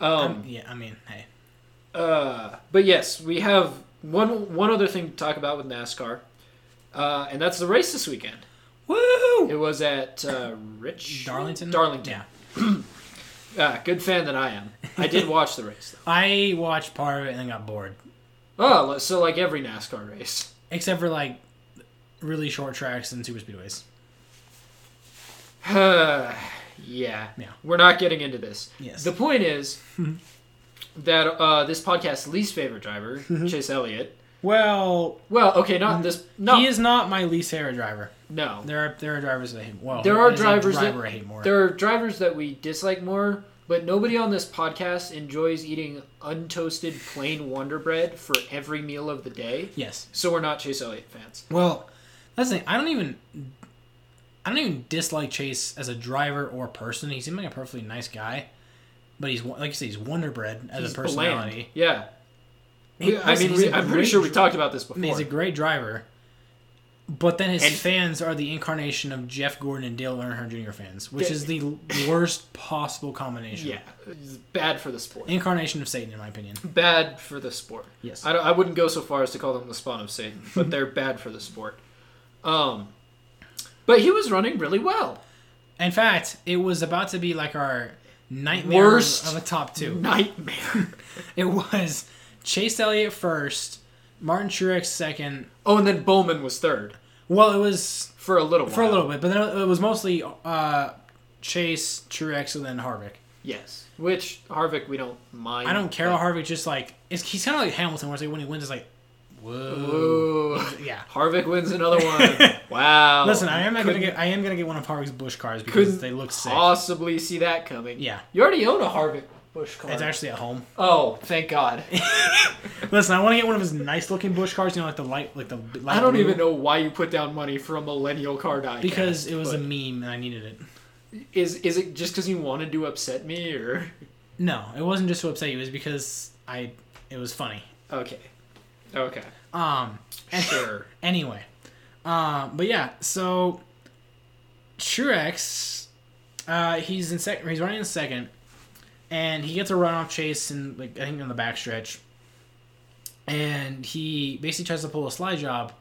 A: Um,
B: yeah, I mean, hey.
A: uh, but yes, we have one one other thing to talk about with NASCAR, uh, and that's the race this weekend. It
B: Woo!
A: was at uh, Rich
B: Darlington.
A: Darlington.
B: Yeah.
A: Ah, good fan that I am. I did watch the race though.
B: I watched part of it and then got bored.
A: Oh, so like every NASCAR race.
B: Except for like really short tracks and super speedways.
A: yeah.
B: Yeah.
A: We're not getting into this.
B: Yes. Mm-hmm.
A: The point is that uh, this podcast's least favorite driver, Chase Elliott.
B: Well,
A: Well, okay, not this. No,
B: Mm-hmm. he is not my least favorite driver.
A: no.
B: There are there are drivers that I hate. Well,
A: There are
B: there's a
A: drivers
B: driver
A: that
B: I hate more.
A: there are drivers that we dislike more, but nobody on this podcast enjoys eating untoasted plain Wonder Bread for every meal of the day.
B: yes.
A: So we're not Chase Elliott fans.
B: Well, that's the thing. I don't even. I don't even dislike Chase as a driver or person. He seemed like a perfectly nice guy, but he's like you say, he's Wonder Bread as
A: He's
B: a
A: bland.
B: personality.
A: Yeah.
B: He-
A: We- I
B: listen,
A: mean,
B: he's
A: we,
B: a
A: I'm pretty
B: great
A: sure we
B: dri-
A: talked about this before.
B: I mean, He's a great driver, but then his
A: And-
B: fans are the incarnation of Jeff Gordon and Dale Earnhardt Jr. fans, which
A: Yeah.
B: is the worst possible combination.
A: yeah, it's bad for the sport.
B: incarnation of Satan, in my opinion.
A: bad for the sport.
B: Yes.
A: I, don't- I wouldn't go so far as to call them the spawn of Satan, but they're bad for the sport. Um, but he was running really well.
B: In fact, it was about to be like our nightmare
A: Worst.
B: of a top two.
A: Nightmare.
B: It was Chase Elliott first, Martin Truex second.
A: oh, and then Bowman was third
B: Well, it was
A: for a little while.
B: for a little bit, but then it was mostly uh, Chase, Truex, and then Harvick.
A: Yes. Which Harvick, we don't mind.
B: I don't care
A: but-
B: about Harvick. Just like it's, he's kind of like Hamilton, where it's like when he wins, it's like, whoa.
A: Ooh.
B: Yeah.
A: Harvick wins another one. wow.
B: Listen, I am not gonna
A: Couldn't
B: get. I am gonna get one of Harvick's Bush cars because
A: couldn't
B: they look sick.
A: Possibly see that coming.
B: Yeah.
A: You already own a Harvick Bush car.
B: It's actually at home.
A: oh, thank God.
B: Listen, I want to get one of his nice looking Bush cars. You know, like the light, like the. Light
A: I don't
B: blue,
A: even know why you put down money for a millennial car diecast.
B: because it was
A: but-
B: a meme and I needed it.
A: Is is it just because you wanted to upset me, or
B: No, it wasn't just to upset you. It was because I. It was funny.
A: okay, okay,
B: Um. and-
A: sure.
B: Anyway, um, but yeah, so Truex, uh, he's in second. He's running in second, and he gets a runoff chase and like I think on the backstretch, and he basically tries to pull a slide job,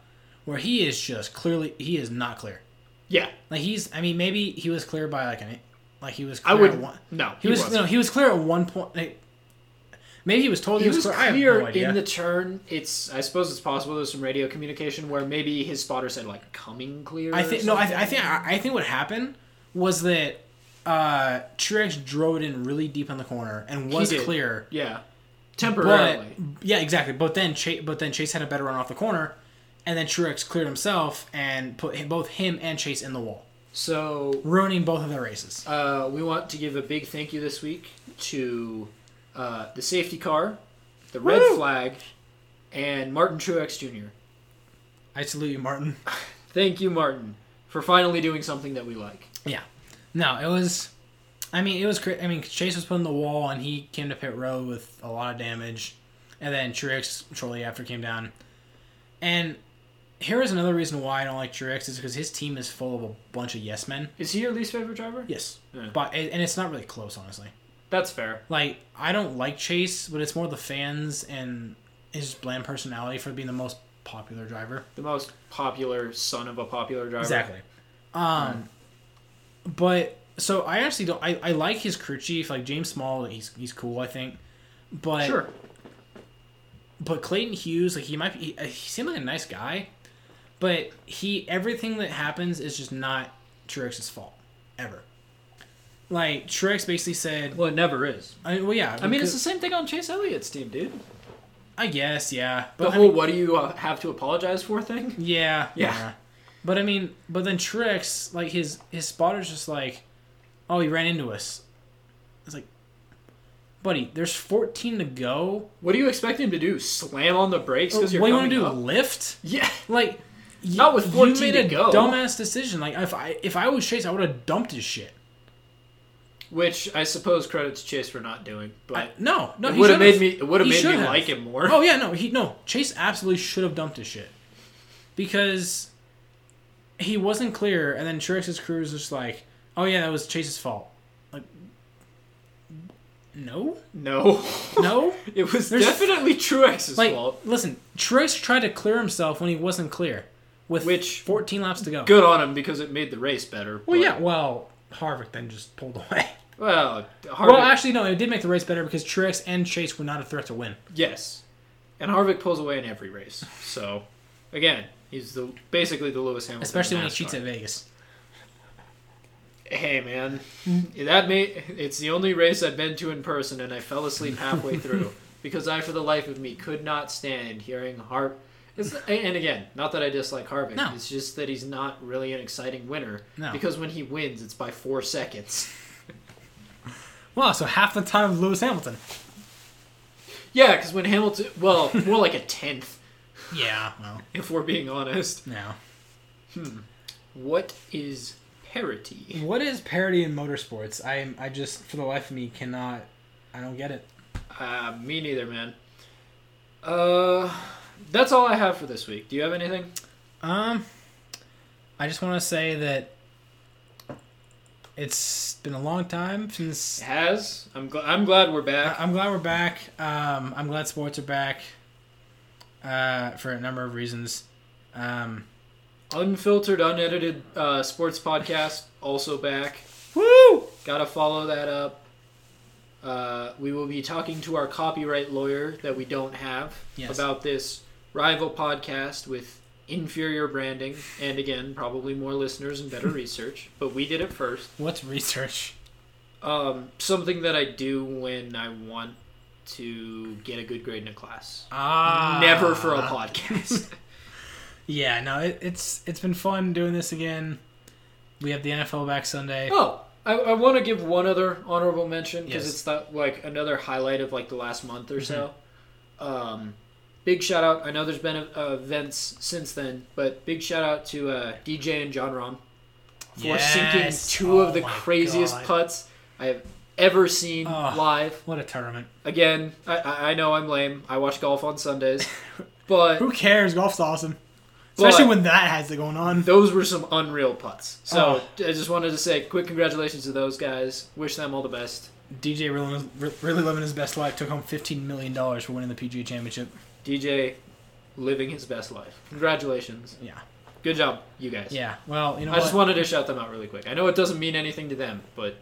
B: where he is just clearly he is not clear.
A: Yeah,
B: Like he's, I mean, maybe he was clear by like an, like he was.
A: I
B: Clear
A: would.
B: At one,
A: No,
B: he, was no, he was clear at one point. like, maybe he was told he,
A: He was
B: clear. I have
A: clear
B: no idea.
A: in the turn. It's I suppose it's possible there's some radio communication where maybe his spotter said like coming clear.
B: I
A: or
B: think no. I,
A: something.
B: I think I, I think what happened was that uh Truex drove it in really deep in the corner and was
A: did.
B: clear.
A: yeah,
B: But
A: temporarily.
B: yeah, exactly. But then Chase, but then Chase had a better run off the corner, and then Truex cleared himself and put him, both him and Chase in the wall,
A: so
B: ruining both of their races.
A: uh, we want to give a big thank you this week to uh, the safety car, the red
B: Woo!
A: flag, and Martin Truex Jr.
B: I salute you, Martin.
A: Thank you, Martin, for finally doing something that we like.
B: Yeah. No, it was. I mean, it was. cra- I mean, Chase was put in the wall, and he came to pit road with a lot of damage, and then Truex shortly after came down. And here is another reason why I don't like Truex is because his team is full of a bunch of yes men.
A: Is he your least favorite driver?
B: Yes,
A: Yeah.
B: but and it's not really close, honestly.
A: That's fair.
B: Like I don't like Chase, but it's more the fans and his bland personality for being the most popular driver.
A: The most popular son of a popular driver.
B: Exactly. Um, but so I actually don't. I, I like his crew chief, like James Small. He's he's cool, I think. But
A: Sure.
B: but Clayton Hughes, like he might be. He, he seemed like a nice guy, but he everything that happens is just not Truex's fault ever. Like Truex basically said,
A: Well, it never is.
B: I, "Well, yeah."
A: I mean, it's the
B: because-
A: same thing on Chase Elliott's team, dude.
B: I guess, yeah.
A: The
B: But I
A: whole
B: mean,
A: "what do you uh, have to apologize for" thing.
B: Yeah,
A: Yeah.
B: But I mean, but then Trix, like his his spotter's just like, oh, he ran into us. It's like, buddy, there's 14 to go.
A: What do you expect him to do? Slam on the brakes
B: Oh, What
A: because
B: do
A: you're
B: you want
A: coming
B: to do?
A: up?
B: Lift?
A: Yeah,
B: Like, y-
A: Not with 14
B: you made
A: to
B: a
A: go.
B: dumbass decision. Like, if I if I was Chase, I would have dumped his shit.
A: which I suppose credits Chase for not doing, but
B: I- no, no,
A: it
B: he
A: would have made
B: should've.
A: me. It would have
B: He
A: made me
B: should've.
A: like him more.
B: Oh yeah, no, he no Chase absolutely should have dumped his shit because he wasn't clear, and then Truex's crew is just like, oh yeah, that was Chase's fault. Like, no,
A: No,
B: no.
A: it was
B: There's-
A: definitely Truex's
B: like,
A: fault.
B: listen, Truex tried to clear himself when he wasn't clear with
A: Which-
B: 14 laps to go.
A: Good on him because it made the race better.
B: Well,
A: but-
B: yeah, well Harvick then just pulled away.
A: Well, Harvick,
B: Well, actually, no, it did make the race better because Truex and Chase were not a threat to win.
A: yes, and Harvick pulls away in every race. So, again, he's the basically the Lewis Hamilton, of
B: Especially when he
A: NASCAR.
B: cheats at Vegas.
A: Hey man, that may it's the only race I've been to in person, and I fell asleep halfway through because I, for the life of me, could not stand hearing Harp. It's, and again, not that I dislike Harvick.
B: No.
A: It's just that he's not really an exciting winner.
B: No.
A: Because when he wins, it's by four seconds.
B: Wow, so half the time of Lewis Hamilton.
A: Yeah, because when Hamilton, well, more like a tenth,
B: Yeah, well,
A: if we're being honest.
B: no.
A: What is parity?
B: What is parody in motorsports? I I just for the life of me cannot. I don't get it.
A: Uh, me neither, man. Uh, that's all I have for this week. Do you have anything?
B: Um, I just want to say that it's been a long time since.
A: Has I'm glad I'm glad we're back.
B: I- I'm glad we're back. Um, I'm glad sports are back. Uh, for a number of reasons. Um,
A: Unfiltered, unedited uh, sports podcast also back.
B: woo!
A: Gotta follow that up. Uh, we will be talking to our copyright lawyer that we don't have
B: Yes.
A: about this rival podcast with inferior branding and again probably more listeners and better research. But we did it first.
B: What's research?
A: Um, something that I do when I want to get a good grade in a class.
B: Ah,
A: Never for a podcast.
B: Yeah, no, it, it's it's been fun doing this again. We have the NFL back Sunday.
A: Oh, I, I want to give one other honorable mention because
B: Yes.
A: it's that like another highlight of like the last month or so.
B: Mm-hmm.
A: Um, big shout out. I know there's been uh, events since then, but big shout out to uh, DJ and John Rom for sinking
B: Yes.
A: two
B: Oh
A: of the
B: my
A: craziest
B: God.
A: putts I have ever seen
B: Oh.
A: live.
B: What a tournament.
A: Again, I- I, I know I'm lame. I watch golf on Sundays, but
B: Who cares? Golf's awesome. Especially
A: But-
B: when that has it going on.
A: Those were some unreal putts. So
B: Oh.
A: I just wanted to say quick congratulations to those guys. Wish them all the best.
B: DJ really, really living his best life took home fifteen million dollars for winning the PGA Championship.
A: DJ living his best life. Congratulations.
B: Yeah,
A: Good job, you guys.
B: yeah. Well, you know
A: I just
B: what?
A: wanted to shout them out really quick. I know it doesn't mean anything to them, but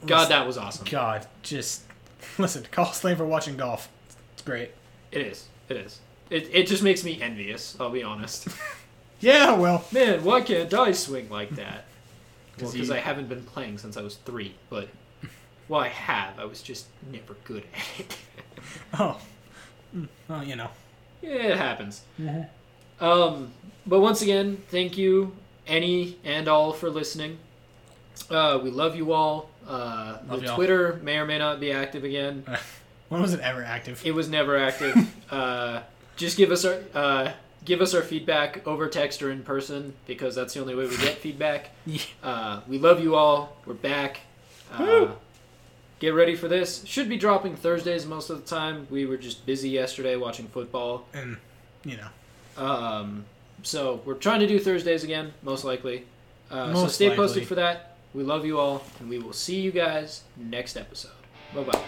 B: Let's-
A: God, that was awesome.
B: God, just listen. Call Slane for watching golf. It's great.
A: It is. It is. It, it just makes me envious, I'll be honest.
B: Yeah, well,
A: Man, why can't I swing like that? Well,
B: 'Cause
A: because
B: you-
A: I haven't been playing since I was three, but. Well, I have. I was just never good at it.
B: oh, Mm, well, you know.
A: it happens. Um, but once again, thank you, any and all, for listening. Uh, we love you all. Uh,
B: Love
A: the
B: y'all. Uh.
A: Twitter may or may not be active again.
B: When was it ever active?
A: It was never active. uh, just give us our uh, give us our feedback over text or in person because that's the only way we get feedback.
B: Yeah.
A: Uh, we love you all. We're back. Uh,
B: Woo.
A: get ready for this. Should be dropping Thursdays most of the time. We were just busy yesterday watching football.
B: And you know,
A: Um, so we're trying to do Thursdays again, most likely. Uh, so
B: Most
A: stay
B: likely.
A: posted for that. We love you all, and we will see you guys next episode. Bye bye.